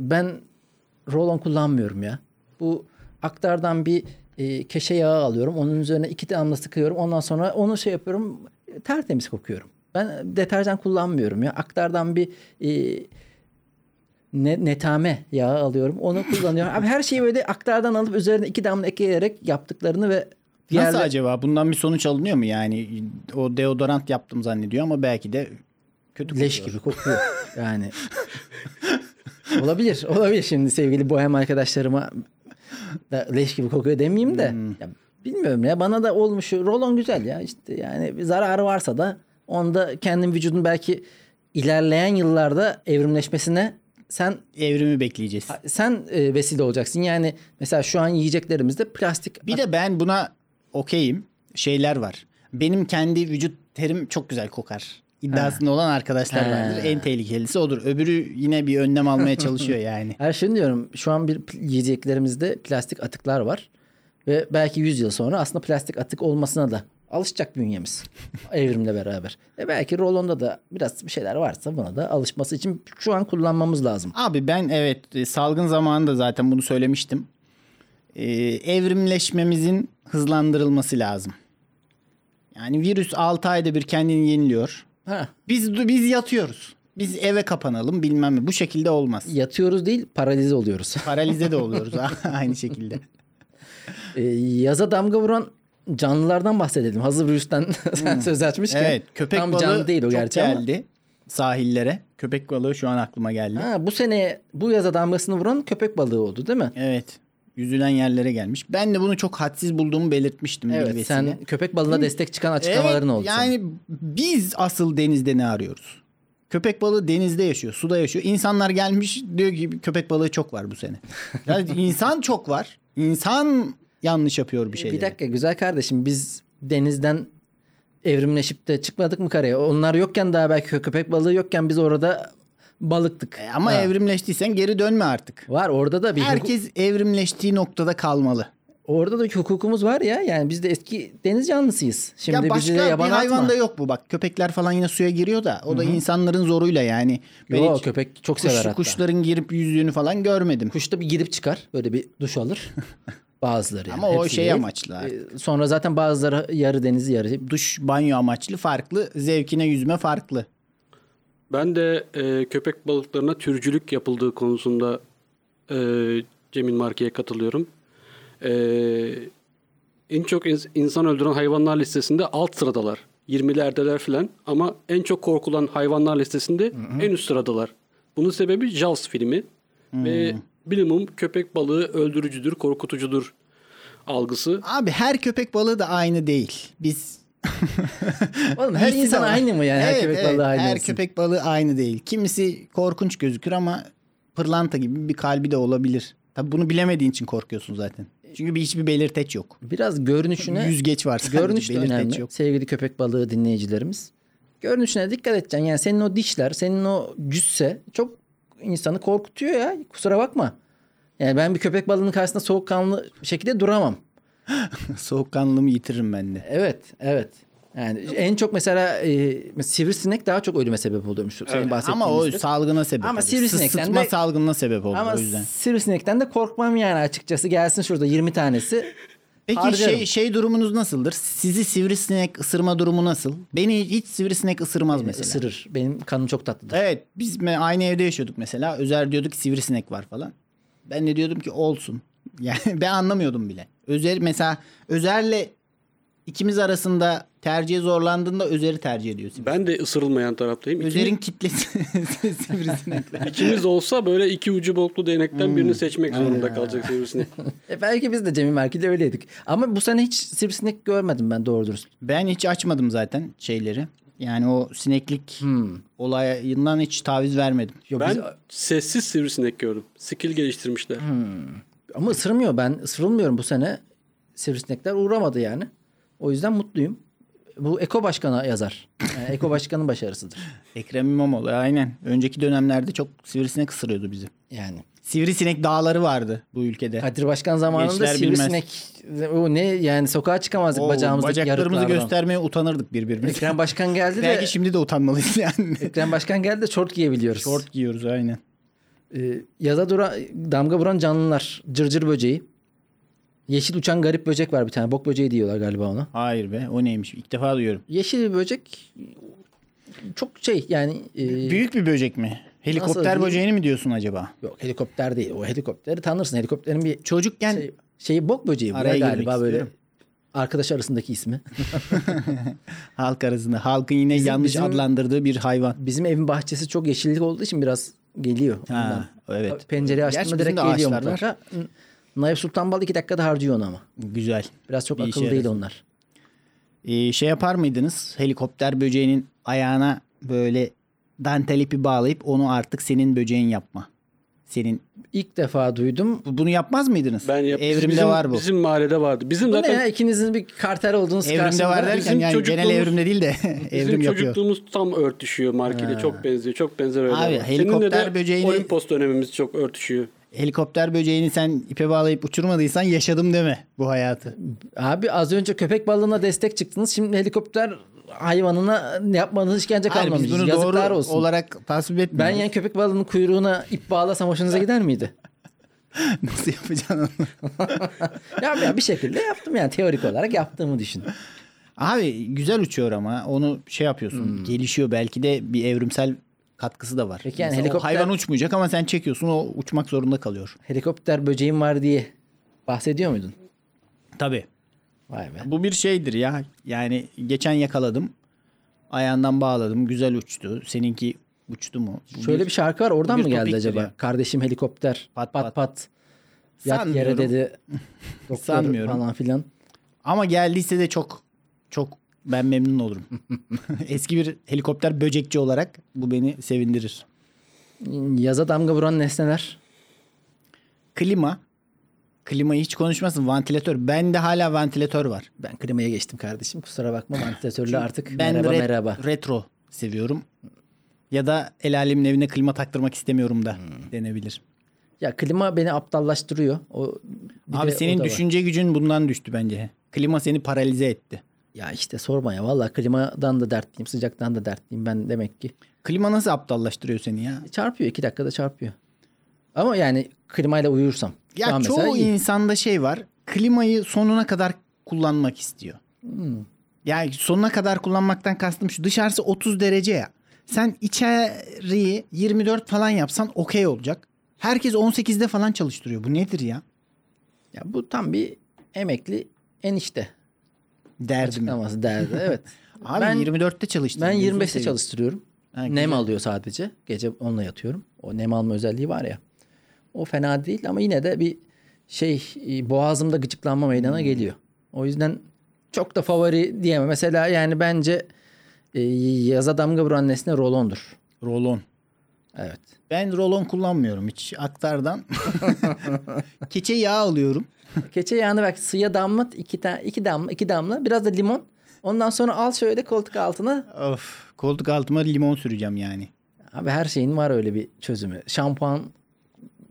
Speaker 1: ben roll-on kullanmıyorum ya. Bu aktardan bir e, keşe yağı alıyorum. Onun üzerine iki damla sıkıyorum. Ondan sonra onu şey yapıyorum. e, Tertemiz kokuyorum. Ben deterjan kullanmıyorum ya. Aktardan bir e, ne, netame yağı alıyorum. Onu kullanıyorum. Abi her şeyi böyle aktardan alıp üzerine iki damla ekleyerek yaptıklarını ve
Speaker 2: Nasıl
Speaker 1: diğerle-
Speaker 2: acaba? Bundan bir sonuç alınıyor mu yani? O deodorant yaptım zannediyor ama belki de kötü
Speaker 1: Leş gibi kokuyor. Yani olabilir. Olabilir şimdi sevgili bohem arkadaşlarıma da leş gibi kokuyor demeyeyim de.
Speaker 2: Hmm.
Speaker 1: Ya bilmiyorum ya bana da olmuş. Rolon güzel ya işte yani bir zararı varsa da onda kendin vücudun belki ilerleyen yıllarda evrimleşmesine sen
Speaker 2: Evrimi bekleyeceğiz.
Speaker 1: sen e, vesile olacaksın. Yani mesela şu an yiyeceklerimizde plastik
Speaker 2: Bir de ben buna okeyim. Şeyler var. Benim kendi vücut terim çok güzel kokar. İddiasında olan arkadaşlar
Speaker 1: Ha.
Speaker 2: vardır. En tehlikelisi odur. Öbürü yine bir önlem almaya çalışıyor yani.
Speaker 1: Her şunu diyorum. Şu an bir pl- yiyeceklerimizde plastik atıklar var. Ve belki 100 yıl sonra aslında plastik atık olmasına da alışacak bünyemiz. Evrimle beraber. E belki rolonda da biraz bir şeyler varsa buna da alışması için şu an kullanmamız lazım.
Speaker 2: Abi ben evet e, salgın zamanında zaten bunu söylemiştim. Ee, evrimleşmemizin hızlandırılması lazım. Yani virüs 6 ayda bir kendini yeniliyor.
Speaker 1: Ha,
Speaker 2: Biz biz yatıyoruz. Biz eve kapanalım bilmem ne. Bu şekilde olmaz.
Speaker 1: yatıyoruz değil paralize oluyoruz.
Speaker 2: Paralize de oluyoruz aynı şekilde.
Speaker 1: E, yaza damga vuran canlılardan bahsedelim. Hazır virüsten sen söz açmışken.
Speaker 2: Hmm. Evet köpek
Speaker 1: Tam
Speaker 2: balığı
Speaker 1: canlı değil o
Speaker 2: çok
Speaker 1: gerçi ama.
Speaker 2: geldi sahillere. Köpek balığı şu an aklıma geldi.
Speaker 1: Ha, bu sene bu yaza damgasını vuran köpek balığı oldu değil mi?
Speaker 2: Evet yüzülen yerlere gelmiş. Ben de bunu çok hadsiz bulduğumu belirtmiştim. bir
Speaker 1: Evet
Speaker 2: vesile.
Speaker 1: sen köpek balığına destek çıkan açıklamaların
Speaker 2: Evet,
Speaker 1: oldu. senin.
Speaker 2: Yani biz asıl denizde ne arıyoruz? Köpek balığı denizde yaşıyor, suda yaşıyor. İnsanlar gelmiş diyor ki köpek balığı çok var bu sene. Yani insan çok var. İnsan yanlış yapıyor bir şeyleri.
Speaker 1: E, Bir dakika güzel kardeşim biz denizden evrimleşip de çıkmadık mı karaya? Onlar yokken daha belki kö- köpek balığı yokken biz orada balıktık.
Speaker 2: E, Ama
Speaker 1: Ha.
Speaker 2: evrimleştiysen geri dönme artık.
Speaker 1: var orada da bir hukuk-
Speaker 2: Herkes evrimleştiği noktada kalmalı.
Speaker 1: orada da bir hukukumuz var ya. Yani biz de eski deniz canlısıyız. Şimdi
Speaker 2: ya
Speaker 1: bizi de
Speaker 2: başka bir
Speaker 1: yabana
Speaker 2: hayvan
Speaker 1: atma.
Speaker 2: da yok bu bak. Köpekler falan yine suya giriyor da o da insanların zoruyla yani. Ben
Speaker 1: Yo,
Speaker 2: hiç
Speaker 1: köpek çok
Speaker 2: kuş-
Speaker 1: sever hatta.
Speaker 2: kuşların girip yüzdüğünü falan görmedim.
Speaker 1: Kuş da bir girip çıkar. Böyle bir duş alır. Bazıları yani.
Speaker 2: Ama o
Speaker 1: hepsi
Speaker 2: şey
Speaker 1: değil.
Speaker 2: amaçlı artık.
Speaker 1: Ee, Sonra zaten bazıları yarı denizi yarı.
Speaker 2: duş banyo amaçlı farklı, zevkine yüzme farklı.
Speaker 3: Ben de e, köpek balıklarına türcülük yapıldığı konusunda e, Cemil Marki'ye katılıyorum. E, en çok ins- insan öldüren hayvanlar listesinde alt sıradalar. 20'lerdeler filan ama en çok korkulan hayvanlar listesinde en üst sıradalar. Bunun sebebi Jaws filmi ve bilimum köpek balığı öldürücüdür, korkutucudur algısı.
Speaker 2: Abi her köpek balığı da aynı değil. Biz
Speaker 1: Oğlum her
Speaker 2: İyisi de
Speaker 1: insan
Speaker 2: var.
Speaker 1: aynı mı yani? her
Speaker 2: Evet,
Speaker 1: köpek
Speaker 2: evet.
Speaker 1: balığı aynı
Speaker 2: Her
Speaker 1: olsun.
Speaker 2: köpek balığı aynı değil. Kimisi korkunç gözükür ama pırlanta gibi bir kalbi de olabilir. Tabi bunu bilemediğin için korkuyorsun zaten. Çünkü bir hiçbir belirteç yok.
Speaker 1: Biraz görünüşüne
Speaker 2: Yüzgeç var sadece
Speaker 1: Görünüş de
Speaker 2: belirteç
Speaker 1: önemli.
Speaker 2: yok.
Speaker 1: Sevgili köpek balığı dinleyicilerimiz. Görünüşüne dikkat edeceksin. Yani senin o dişler, senin o cüsse çok insanı korkutuyor ya. Kusura bakma. Yani ben bir köpek balığının karşısında soğukkanlı şekilde duramam.
Speaker 2: Soğukkanlılığımı yitiririm ben de.
Speaker 1: Evet, evet. Yani en çok mesela e, sivrisinek daha çok ölüme sebep oluyormuş. Senin bahsettiğin
Speaker 2: Ama o
Speaker 1: gibi.
Speaker 2: salgına sebep
Speaker 1: Ama
Speaker 2: oluyor.
Speaker 1: sivrisinekten
Speaker 2: Sıtma
Speaker 1: de-
Speaker 2: salgınına sebep oluyor
Speaker 1: Ama
Speaker 2: o yüzden.
Speaker 1: sivrisinekten de korkmam yani açıkçası. Gelsin şurada 20 tanesi.
Speaker 2: Peki
Speaker 1: Harcarım.
Speaker 2: şey, şey durumunuz nasıldır? Sizi sivrisinek ısırma durumu nasıl? Beni hiç sivrisinek ısırmaz mesela.
Speaker 1: ısırır. Benim kanım çok tatlıdır.
Speaker 2: Evet biz me- aynı evde yaşıyorduk mesela. Özer diyorduk ki sivrisinek var falan. Ben de diyordum ki olsun. Yani ben anlamıyordum bile. Özer mesela Özer'le ikimiz arasında tercihe zorlandığında Özer'i tercih ediyorsun.
Speaker 3: Ben de ısırılmayan taraftayım. İkimiz-
Speaker 2: Özer'in kitlesi sivrisinekler.
Speaker 3: İkimiz olsa böyle iki ucu boklu değnekten birini seçmek zorunda kalacak sivrisini.
Speaker 1: E belki biz de Cemil Merkel'de öyleydik. Ama bu sene hiç sivrisinek görmedim ben doğru dürüst.
Speaker 2: Ben hiç açmadım zaten şeyleri. Yani o sineklik olayından hiç taviz vermedim.
Speaker 1: Yok,
Speaker 3: Ben
Speaker 1: biz-
Speaker 3: sessiz sivrisinek gördüm. Skill geliştirmişler.
Speaker 2: Hmm.
Speaker 1: ama ısırmıyor. Ben ısırılmıyorum bu sene. Sivrisinekler uğramadı yani. O yüzden mutluyum. bu Eko Başkan'a yazar. Yani Eko Başkan'ın başarısıdır.
Speaker 2: Ekrem İmamoğlu aynen. Önceki dönemlerde çok sivrisinek ısırıyordu bizi.
Speaker 1: Yani.
Speaker 2: Sivrisinek dağları vardı bu ülkede.
Speaker 1: Kadir Başkan zamanında
Speaker 2: Gençler bilmez.
Speaker 1: sivrisinek o ne yani sokağa çıkamazdık
Speaker 2: Oo,
Speaker 1: bacağımızdaki
Speaker 2: bacaklarımızı
Speaker 1: yarıklardan.
Speaker 2: göstermeye utanırdık birbirimize.
Speaker 1: Ekrem Başkan geldi de
Speaker 2: Belki şimdi de utanmalıyız yani.
Speaker 1: Ekrem Başkan geldi de şort giyebiliyoruz.
Speaker 2: Şort giyiyoruz aynen.
Speaker 1: Ee, yaza dura, damga vuran canlılar. Cırcır böceği. Yeşil uçan garip böcek var bir tane. Bok böceği diyorlar galiba ona.
Speaker 2: Hayır be o neymiş ilk defa duyuyorum.
Speaker 1: Yeşil bir böcek çok şey yani e,
Speaker 2: Büyük bir böcek mi? Helikopter
Speaker 1: Nasıl?
Speaker 2: böceğini mi diyorsun acaba?
Speaker 1: yok helikopter değil. O helikopteri tanırsın. Helikopterin bir
Speaker 2: Çocukken
Speaker 1: şey, şeyi bok böceği bu ya
Speaker 2: Araya girmek
Speaker 1: galiba böyle.
Speaker 2: istiyorum.
Speaker 1: Arkadaş arasındaki ismi.
Speaker 2: halk arasında halkın yine yanlış
Speaker 1: bizim-
Speaker 2: adlandırdığı bir hayvan.
Speaker 1: Bizim evin bahçesi çok yeşillik olduğu için biraz geliyor.
Speaker 2: Ha, evet.
Speaker 1: Pencereyi
Speaker 2: Gerçi
Speaker 1: açtığında
Speaker 2: bizim
Speaker 1: direkt
Speaker 2: de
Speaker 1: geliyor
Speaker 2: ağaçlar var.
Speaker 1: mutlaka. Naif Sultan Bal iki dakikada harcıyor onu ama.
Speaker 2: Güzel.
Speaker 1: Biraz çok
Speaker 2: Bir işe
Speaker 1: akıllı değil onlar.
Speaker 2: Ee, şey yapar mıydınız? Helikopter böceğinin ayağına böyle dantel ipi bağlayıp onu artık senin böceğin yapma. Senin
Speaker 1: İlk defa duydum.
Speaker 2: bu- bunu yapmaz mıydınız?
Speaker 3: Ben yap-
Speaker 2: Evrimde
Speaker 3: bizim,
Speaker 2: var bu.
Speaker 3: Bizim mahallede vardı. Bizim
Speaker 1: Bu ne
Speaker 3: zaten
Speaker 1: ya ikinizin bir kartel olduğunuz
Speaker 2: Evrimde
Speaker 1: karşımda.
Speaker 2: var derken
Speaker 3: bizim
Speaker 2: yani genel
Speaker 3: çocukluğumuz-
Speaker 2: evrimde değil de
Speaker 3: Bizim
Speaker 2: evrim yapıyor.
Speaker 3: çocukluğumuz tam örtüşüyor markete. Çok benziyor. Çok benzer öyle.
Speaker 2: Abi, helikopter böceğini-
Speaker 3: Olimpos dönemimiz çok örtüşüyor.
Speaker 2: Helikopter böceğini sen ipe bağlayıp uçurmadıysan yaşadım deme bu hayatı.
Speaker 1: Abi az önce köpek balığına destek çıktınız. Şimdi helikopter hayvanına yapmanız işkence
Speaker 2: Hayır,
Speaker 1: kalmamış.
Speaker 2: biz bunu
Speaker 1: Yazıklar
Speaker 2: doğru
Speaker 1: olsun.
Speaker 2: olarak tasvip
Speaker 1: Ben
Speaker 2: etmiyoruz.
Speaker 1: yani köpek balığının kuyruğuna ip bağlasam hoşunuza gider miydi?
Speaker 2: Nasıl yapacaksın onu?
Speaker 1: ya ben bir şekilde yaptım yani teorik olarak yaptığımı düşün.
Speaker 2: Abi güzel uçuyor ama onu şey yapıyorsun gelişiyor belki de bir evrimsel katkısı da var.
Speaker 1: Peki yani
Speaker 2: Mesela o
Speaker 1: helikopter-
Speaker 2: Hayvan uçmayacak ama sen çekiyorsun o uçmak zorunda kalıyor.
Speaker 1: Helikopter böceğim var diye bahsediyor muydun?
Speaker 2: Tabii.
Speaker 1: Vay be.
Speaker 2: Bu bir şeydir ya yani geçen yakaladım ayağından bağladım güzel uçtu seninki uçtu mu? Bu
Speaker 1: Şöyle bir şarkı var oradan
Speaker 2: bu
Speaker 1: mı
Speaker 2: bir
Speaker 1: geldi
Speaker 2: topiktir
Speaker 1: acaba?
Speaker 2: ya.
Speaker 1: Kardeşim helikopter pat
Speaker 2: Pat
Speaker 1: pat,
Speaker 2: pat.
Speaker 1: yat yere
Speaker 2: Sanmıyorum.
Speaker 1: dedi. doktor
Speaker 2: Sanmıyorum.
Speaker 1: Falan filan.
Speaker 2: Ama geldiyse de çok çok ben memnun olurum. Eski bir helikopter böcekçi olarak bu beni sevindirir.
Speaker 1: Yaza damga vuran nesneler.
Speaker 2: Klima. Klimayı hiç konuşmasın. Vantilatör. Bende hala vantilatör var.
Speaker 1: Ben klimaya geçtim kardeşim. Kusura bakma vantilatörle artık
Speaker 2: Ben
Speaker 1: merhaba
Speaker 2: ret-
Speaker 1: merhaba.
Speaker 2: retro seviyorum. Ya da el alemin evine klima taktırmak istemiyorum da
Speaker 1: Hmm.
Speaker 2: denebilir.
Speaker 1: Ya klima beni aptallaştırıyor. O bir
Speaker 2: Abi
Speaker 1: de o da
Speaker 2: senin
Speaker 1: var.
Speaker 2: düşünce gücün bundan düştü bence. Klima seni paralize etti.
Speaker 1: Ya işte sorma ya. Valla klimadan da dertliyim. Sıcaktan da dertliyim ben demek ki.
Speaker 2: Klima nasıl aptallaştırıyor seni ya?
Speaker 1: Çarpıyor. iki dakikada çarpıyor. Ama yani klimayla uyursam. şu
Speaker 2: Ya
Speaker 1: an mesela
Speaker 2: çoğu
Speaker 1: iyi.
Speaker 2: insanda şey var. Klimayı sonuna kadar kullanmak istiyor.
Speaker 1: Hmm.
Speaker 2: Yani sonuna kadar kullanmaktan kastım şu. Dışarısı 30 derece ya. Sen içeriği 24 falan yapsan okey olacak. Herkes 18'de falan çalıştırıyor. Bu nedir ya?
Speaker 1: Ya bu tam bir emekli enişte
Speaker 2: Derdim.
Speaker 1: açıklaması derdi. Evet.
Speaker 2: Abi
Speaker 1: ben
Speaker 2: 24'te çalıştım.
Speaker 1: ben
Speaker 2: Gözünü
Speaker 1: 25'te
Speaker 2: seveyim.
Speaker 1: çalıştırıyorum.
Speaker 2: Ha,
Speaker 1: nem alıyor sadece. Gece onunla yatıyorum. O nem alma özelliği var ya. O fena değil ama yine de bir şey e, boğazımda gıcıklanma meydana geliyor. O yüzden çok da favori diyemem. Mesela yani bence e, yaza damga vuran nesne rolondur.
Speaker 2: Rolon.
Speaker 1: Evet.
Speaker 2: Ben rolon kullanmıyorum hiç. Aktardan. Keçe yağı alıyorum.
Speaker 1: Keçe yağını bak suya damlat iki, ta- iki damla iki damla biraz da limon. Ondan sonra al şöyle koltuk altına.
Speaker 2: Of. Koltuk altıma limon süreceğim yani.
Speaker 1: Abi her şeyin var öyle bir çözümü. Şampuan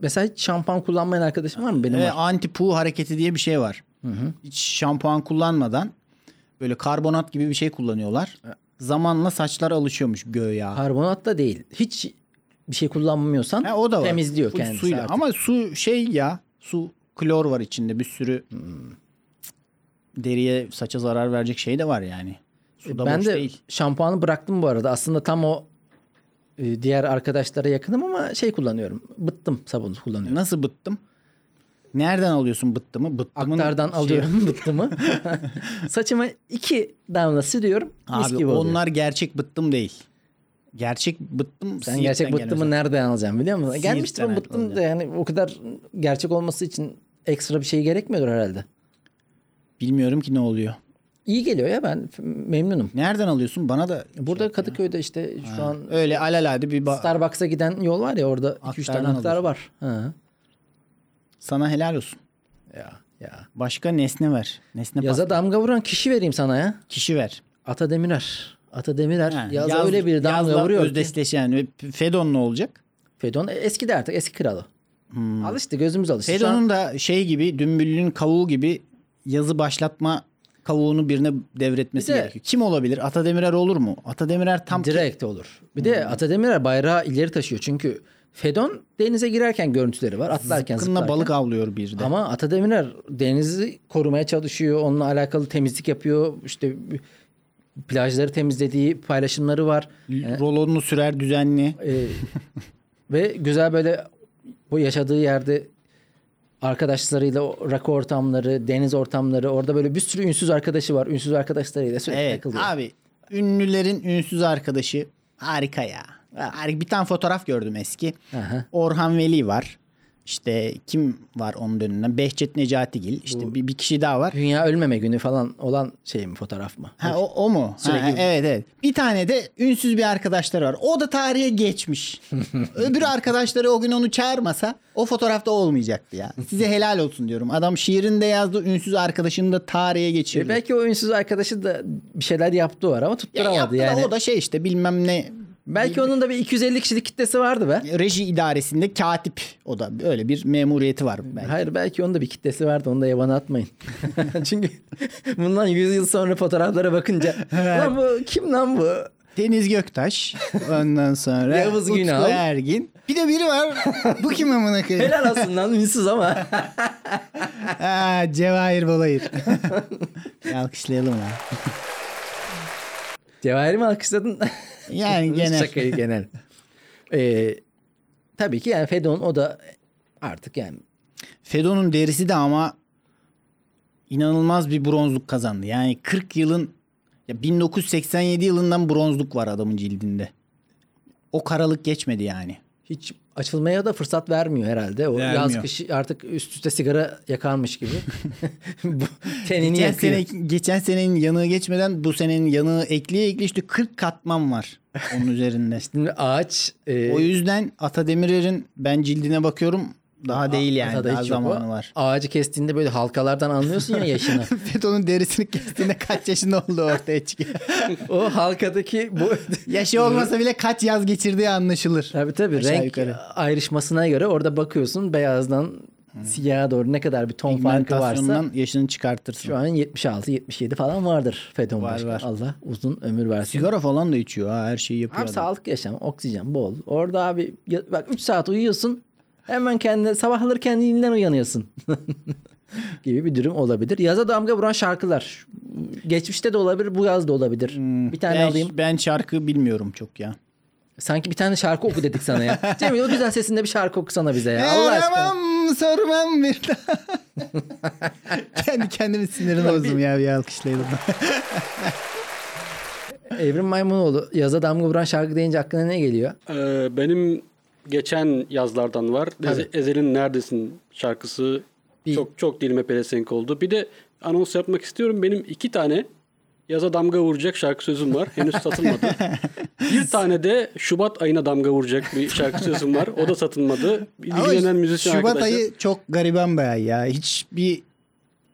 Speaker 1: mesela hiç şampuan kullanmayan arkadaşım var mı benim?
Speaker 2: Ve
Speaker 1: var.
Speaker 2: anti pu hareketi diye bir şey var. Hiç şampuan kullanmadan böyle karbonat gibi bir şey kullanıyorlar.
Speaker 1: E-
Speaker 2: Zamanla saçlar alışıyormuş göğe yağı.
Speaker 1: Karbonat da değil. Hiç bir şey kullanmıyorsan
Speaker 2: Ha, o da var.
Speaker 1: temizliyor
Speaker 2: Full
Speaker 1: kendisi
Speaker 2: suyla.
Speaker 1: artık.
Speaker 2: Ama su şey ya su klor var içinde bir sürü
Speaker 1: Hmm.
Speaker 2: deriye saça zarar verecek şey de var yani. Su da
Speaker 1: ben
Speaker 2: boş
Speaker 1: de
Speaker 2: değil.
Speaker 1: şampuanı bıraktım bu arada. Aslında tam o e, diğer arkadaşlara yakınım ama şey kullanıyorum. Bıttım sabunu kullanıyorum.
Speaker 2: Nasıl bıttım? Nereden alıyorsun bıttımı? Bıttımın
Speaker 1: Aktardan
Speaker 2: şeyi-
Speaker 1: alıyorum bıttımı. Saçıma iki damla sürüyorum. mis
Speaker 2: Abi
Speaker 1: gibi oluyor.
Speaker 2: onlar gerçek bıttım değil. Gerçek bıttım.
Speaker 1: Sen
Speaker 2: Siirt'ten
Speaker 1: gerçek
Speaker 2: gelen
Speaker 1: bıttımı nereden alacaksın biliyor musun?
Speaker 2: Siirt'ten
Speaker 1: Gelmiştir o bıttım da
Speaker 2: alacağım.
Speaker 1: yani o kadar gerçek olması için ekstra bir şey gerekmiyordur herhalde.
Speaker 2: Bilmiyorum ki ne oluyor.
Speaker 1: İyi geliyor ya ben f- memnunum.
Speaker 2: Nereden alıyorsun? Bana da şey
Speaker 1: Burada Kadıköy'de işte şu an
Speaker 2: öyle alalade bir ba-
Speaker 1: Starbucks'a giden yol var ya orada 2-3 tane
Speaker 2: Aktardan
Speaker 1: aktar
Speaker 2: alıyorsun.
Speaker 1: var. Ha.
Speaker 2: sana helal olsun.
Speaker 1: Ya ya.
Speaker 2: Başka nesne ver. Nesne
Speaker 1: Yaza
Speaker 2: pas-
Speaker 1: damga vuran kişi vereyim sana ya.
Speaker 2: kişi ver.
Speaker 1: Ata Demirer. Ata Demirer
Speaker 2: Ha,
Speaker 1: yaza
Speaker 2: yaz-
Speaker 1: öyle bir damla
Speaker 2: yazla
Speaker 1: vuruyor ki.
Speaker 2: özdeşleşen ve Fedon ne olacak?
Speaker 1: Fedon eskidi artık eski kralı. Al işte gözümüz alıştı. Şu an-
Speaker 2: Fedon'un da şey gibi dümbüllünün kavuğu gibi yazı başlatma kavuğunu birine devretmesi
Speaker 1: Bir de-
Speaker 2: gerekiyor. Kim olabilir? Ata Demirer olur mu? Ata Demirer tam
Speaker 1: Direkt olur. Bir de Atademirer bayrağı ileri taşıyor. Çünkü Fedon denize girerken görüntüleri var. Atlarken
Speaker 2: zıkkınla
Speaker 1: zıplarken.
Speaker 2: balık avlıyor bir de.
Speaker 1: Ama Atademirer denizi korumaya çalışıyor. Onunla alakalı temizlik yapıyor. İşte plajları temizlediği paylaşımları var.
Speaker 2: Rolonunu E, sürer düzenli.
Speaker 1: Ee, ve güzel böyle bu yaşadığı yerde arkadaşlarıyla o rakı ortamları, deniz ortamları. Orada böyle bir sürü ünsüz arkadaşı var. Ünsüz arkadaşlarıyla sürekli
Speaker 2: Evet
Speaker 1: takılıyor.
Speaker 2: abi ünlülerin ünsüz arkadaşı harika ya. Harika. Bir tane fotoğraf gördüm eski.
Speaker 1: Aha.
Speaker 2: Orhan Veli var. İşte kim var onun önünden? Behçet Necatigil. İşte bir, bir kişi daha var.
Speaker 1: Dünya ölmeme günü falan olan şey mi fotoğraf mı?
Speaker 2: Ha, o, o mu? Ha,
Speaker 1: Sürekli-
Speaker 2: evet evet. Bir tane de ünsüz bir arkadaşları var. O da tarihe geçmiş. Öbür arkadaşları o gün onu çağırmasa o fotoğrafta olmayacaktı ya. Size helal olsun diyorum. Adam şiirinde yazdı ünsüz arkadaşını da tarihe
Speaker 1: E
Speaker 2: geçirdi.
Speaker 1: belki o ünsüz arkadaşı da bir şeyler yaptı o ara ama
Speaker 2: Ya
Speaker 1: tutturamadı
Speaker 2: yaptı da
Speaker 1: yani.
Speaker 2: O da şey işte bilmem ne
Speaker 1: Belki onun da bir 250 kişilik kitlesi vardı be.
Speaker 2: reji idaresinde katip o da öyle bir memuriyeti var belki.
Speaker 1: Hayır belki onun da bir kitlesi vardı onu da yabana atmayın. Çünkü bundan 100 yıl sonra fotoğraflara bakınca lan bu kim lan bu?
Speaker 2: Deniz Göktaş ondan sonra
Speaker 1: Yavuz
Speaker 2: Utku
Speaker 1: Günal.
Speaker 2: Ergin. Bir de biri var. Bu kim amına koyayım?
Speaker 1: Helal olsun lan ünsüz ama.
Speaker 2: Aa, Cevahir Balayır. Bir Alkışlayalım lan.
Speaker 1: Cevahir'i mi alkışladın?
Speaker 2: Yani genel.
Speaker 1: Şakayı genel. Ee, tabii ki yani Fedon o da artık yani
Speaker 2: Fedon'un derisi de ama inanılmaz bir bronzluk kazandı. Yani 40 yılın ya 1987 yılından bronzluk var adamın cildinde. O karalık geçmedi yani.
Speaker 1: hiç açılmaya da fırsat vermiyor herhalde. O
Speaker 2: Vermiyor.
Speaker 1: yaz kış artık üst üste sigara yakarmış gibi. Bu Tenini
Speaker 2: Geçen,
Speaker 1: yakıyor.
Speaker 2: sene, geçen senenin yanığı geçmeden bu senenin yanığı ekliye ekli işte 40 katman var onun üzerinde.
Speaker 1: Şimdi ağaç e,
Speaker 2: o yüzden Ata Demirer'in ben cildine bakıyorum daha değil yani
Speaker 1: masada
Speaker 2: daha
Speaker 1: hiç yok.
Speaker 2: zamanı
Speaker 1: O
Speaker 2: var.
Speaker 1: Ağacı kestiğinde böyle halkalardan anlıyorsun ya yaşını.
Speaker 2: Feto'nun derisini kestiğinde kaç yaşında olduğu ortaya çıkıyor.
Speaker 1: o halkadaki bu
Speaker 2: Yaşı olmasa bile kaç yaz geçirdiği anlaşılır.
Speaker 1: tabii tabii
Speaker 2: Aşağı
Speaker 1: renk
Speaker 2: yukarı.
Speaker 1: ayrışmasına göre orada bakıyorsun beyazdan siyaha doğru ne kadar bir ton farkı varsa
Speaker 2: Pigmentasyondan yaşını çıkartırsın.
Speaker 1: şu an 76 77 falan vardır Fedon
Speaker 2: Var,
Speaker 1: Başkan.
Speaker 2: var.
Speaker 1: Allah uzun ömür versin.
Speaker 2: Sigara falan da içiyor ha her şeyi yapıyor.
Speaker 1: Abi
Speaker 2: adam.
Speaker 1: sağlıklı yaşam, oksijen bol. Orada abi ya- bak 3 saat uyuyorsun. Hemen kendi sabahları kendiliğinden uyanıyorsun. gibi bir durum olabilir. Yaza damga vuran şarkılar. Geçmişte de olabilir, bu yaz da olabilir.
Speaker 2: Hmm.
Speaker 1: Bir tane
Speaker 2: ben,
Speaker 1: alayım.
Speaker 2: Ben şarkı bilmiyorum çok ya.
Speaker 1: Sanki bir tane şarkı oku dedik sana ya. Cemil o güzel sesinde bir şarkı okusana bize ya. Allah aşkına.
Speaker 2: Aramam, sormam bir daha. Kendi kendimi sinirini bozdum ya bir alkışlayalım.
Speaker 1: Evrim Maymunoğlu yaza damga vuran şarkı deyince aklına ne geliyor?
Speaker 3: Ee, benim geçen yazlardan var. Eze- Ezel'in Neredesin şarkısı
Speaker 1: Bir-
Speaker 3: çok çok dilime pelesenk oldu. Bir de anons yapmak istiyorum. Benim iki tane yaza damga vuracak şarkı sözüm var. Henüz satılmadı. bir tane de Şubat ayına damga vuracak bir şarkı sözüm var. O da satılmadı. İlgilenen müzisyen
Speaker 2: Şubat
Speaker 3: arkadaşlar.
Speaker 2: ayı çok gariban bir ay ya. Hiçbir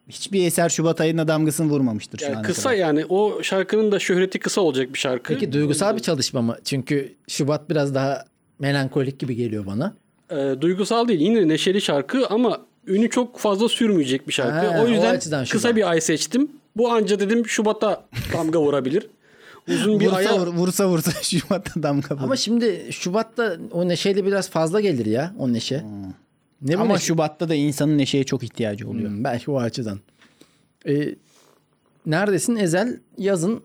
Speaker 2: hiçbir eser Şubat ayına damgasını vurmamıştır şu
Speaker 3: Yani
Speaker 2: ana
Speaker 3: kısa
Speaker 2: kadar.
Speaker 3: yani. O şarkının da şöhreti kısa olacak bir şarkı.
Speaker 1: Peki duygusal bir çalışma mı? Çünkü Şubat biraz daha melankolik gibi geliyor bana.
Speaker 3: Ee, duygusal değil. Yine neşeli şarkı ama ünü çok fazla sürmeyecek bir şarkı.
Speaker 1: Ha,
Speaker 3: o
Speaker 1: o
Speaker 3: yüzden
Speaker 1: açıdan Şubat.
Speaker 3: kısa bir ay seçtim. Bu anca dedim Şubat'a damga vurabilir. Uzun bir
Speaker 2: Vursa,
Speaker 3: aya
Speaker 2: vur- vursa vursa Şubat'ta damga vurur.
Speaker 1: Ama şimdi Şubat'ta o neşeyle biraz fazla gelir ya o neşe. Ne bu
Speaker 2: Ama
Speaker 1: neşe?
Speaker 2: Şubat'ta da insanın neşeye çok ihtiyacı oluyor.
Speaker 1: Hmm, belki o açıdan. Ee, neredesin Ezel? Yazın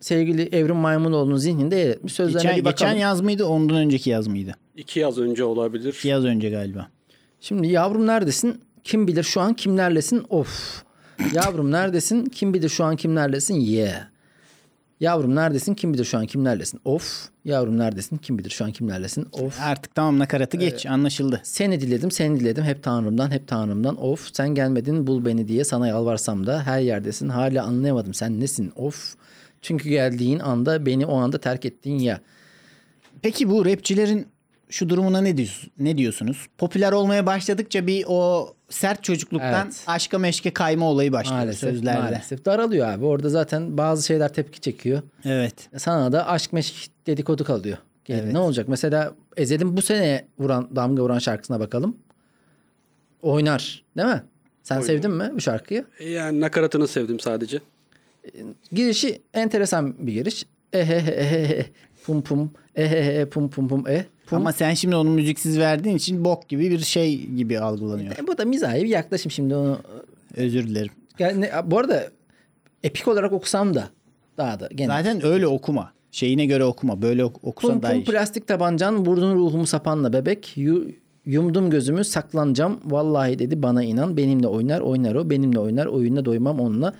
Speaker 1: sevgili Evrim Maymunoğlu'nun zihninde yer etmiş. Sözlerine
Speaker 2: Geçen,
Speaker 1: bir bakalım.
Speaker 2: geçen yaz mıydı ondan önceki yaz mıydı?
Speaker 3: iki yaz önce olabilir.
Speaker 2: İki yaz önce galiba.
Speaker 1: Şimdi yavrum neredesin? Kim bilir şu an kimlerlesin? Of. Yavrum neredesin? Kim bilir şu an kimlerlesin? Ye. Yavrum neredesin? Kim bilir şu an kimlerlesin? Of. Yavrum neredesin? Kim bilir şu an kimlerlesin? Of.
Speaker 2: Artık tamam
Speaker 1: Ee,
Speaker 2: nakaratı geç anlaşıldı.
Speaker 1: Seni diledim, seni diledim hep tanrımdan, hep tanrımdan. Of sen gelmedin bul beni diye sana yalvarsam da her yerdesin. Hala anlayamadım sen nesin of. Çünkü geldiğin anda beni o anda terk ettin ya.
Speaker 2: Peki bu rapçilerin şu durumuna ne diyorsunuz? Ne diyorsunuz? Popüler olmaya başladıkça bir o sert çocukluktan
Speaker 1: Evet.
Speaker 2: aşka meşke kayma olayı başlıyor
Speaker 1: Maalesef,
Speaker 2: sözlerde.
Speaker 1: maalesef daralıyor abi. Orada zaten bazı şeyler tepki çekiyor.
Speaker 2: Evet.
Speaker 1: E, Sana da aşk meşk dedikodu kalıyor. Gelin
Speaker 2: Evet.
Speaker 1: Ne olacak? Mesela Ezel'in bu sene vuran damga vuran şarkısına bakalım. Oynar, değil mi? Sen sevdin mi bu şarkıyı?
Speaker 3: Yani nakaratını sevdim sadece.
Speaker 1: Girişi enteresan bir giriş. E, Ehehe ehehe pum pum E, ehehe pum pum pum e. Pum.
Speaker 2: Ama sen şimdi onu müziksiz verdiğin için bok gibi bir şey gibi algılanıyor.
Speaker 1: E, bu da mizahi bir yaklaşım şimdi onu.
Speaker 2: Özür dilerim.
Speaker 1: Yani, ne- bu arada epik olarak okusam da daha da gene.
Speaker 2: Zaten öyle okuma. Şeyine göre okuma. Böyle ok- okusan
Speaker 1: Pum
Speaker 2: daha
Speaker 1: pum
Speaker 2: iyi.
Speaker 1: plastik tabancan vurdun ruhumu sapanla bebek. Yu- yumdum gözümü saklanacağım. Vallahi dedi bana inan. Benimle oynar oynar o. Benimle oynar oyunla doymam onunla.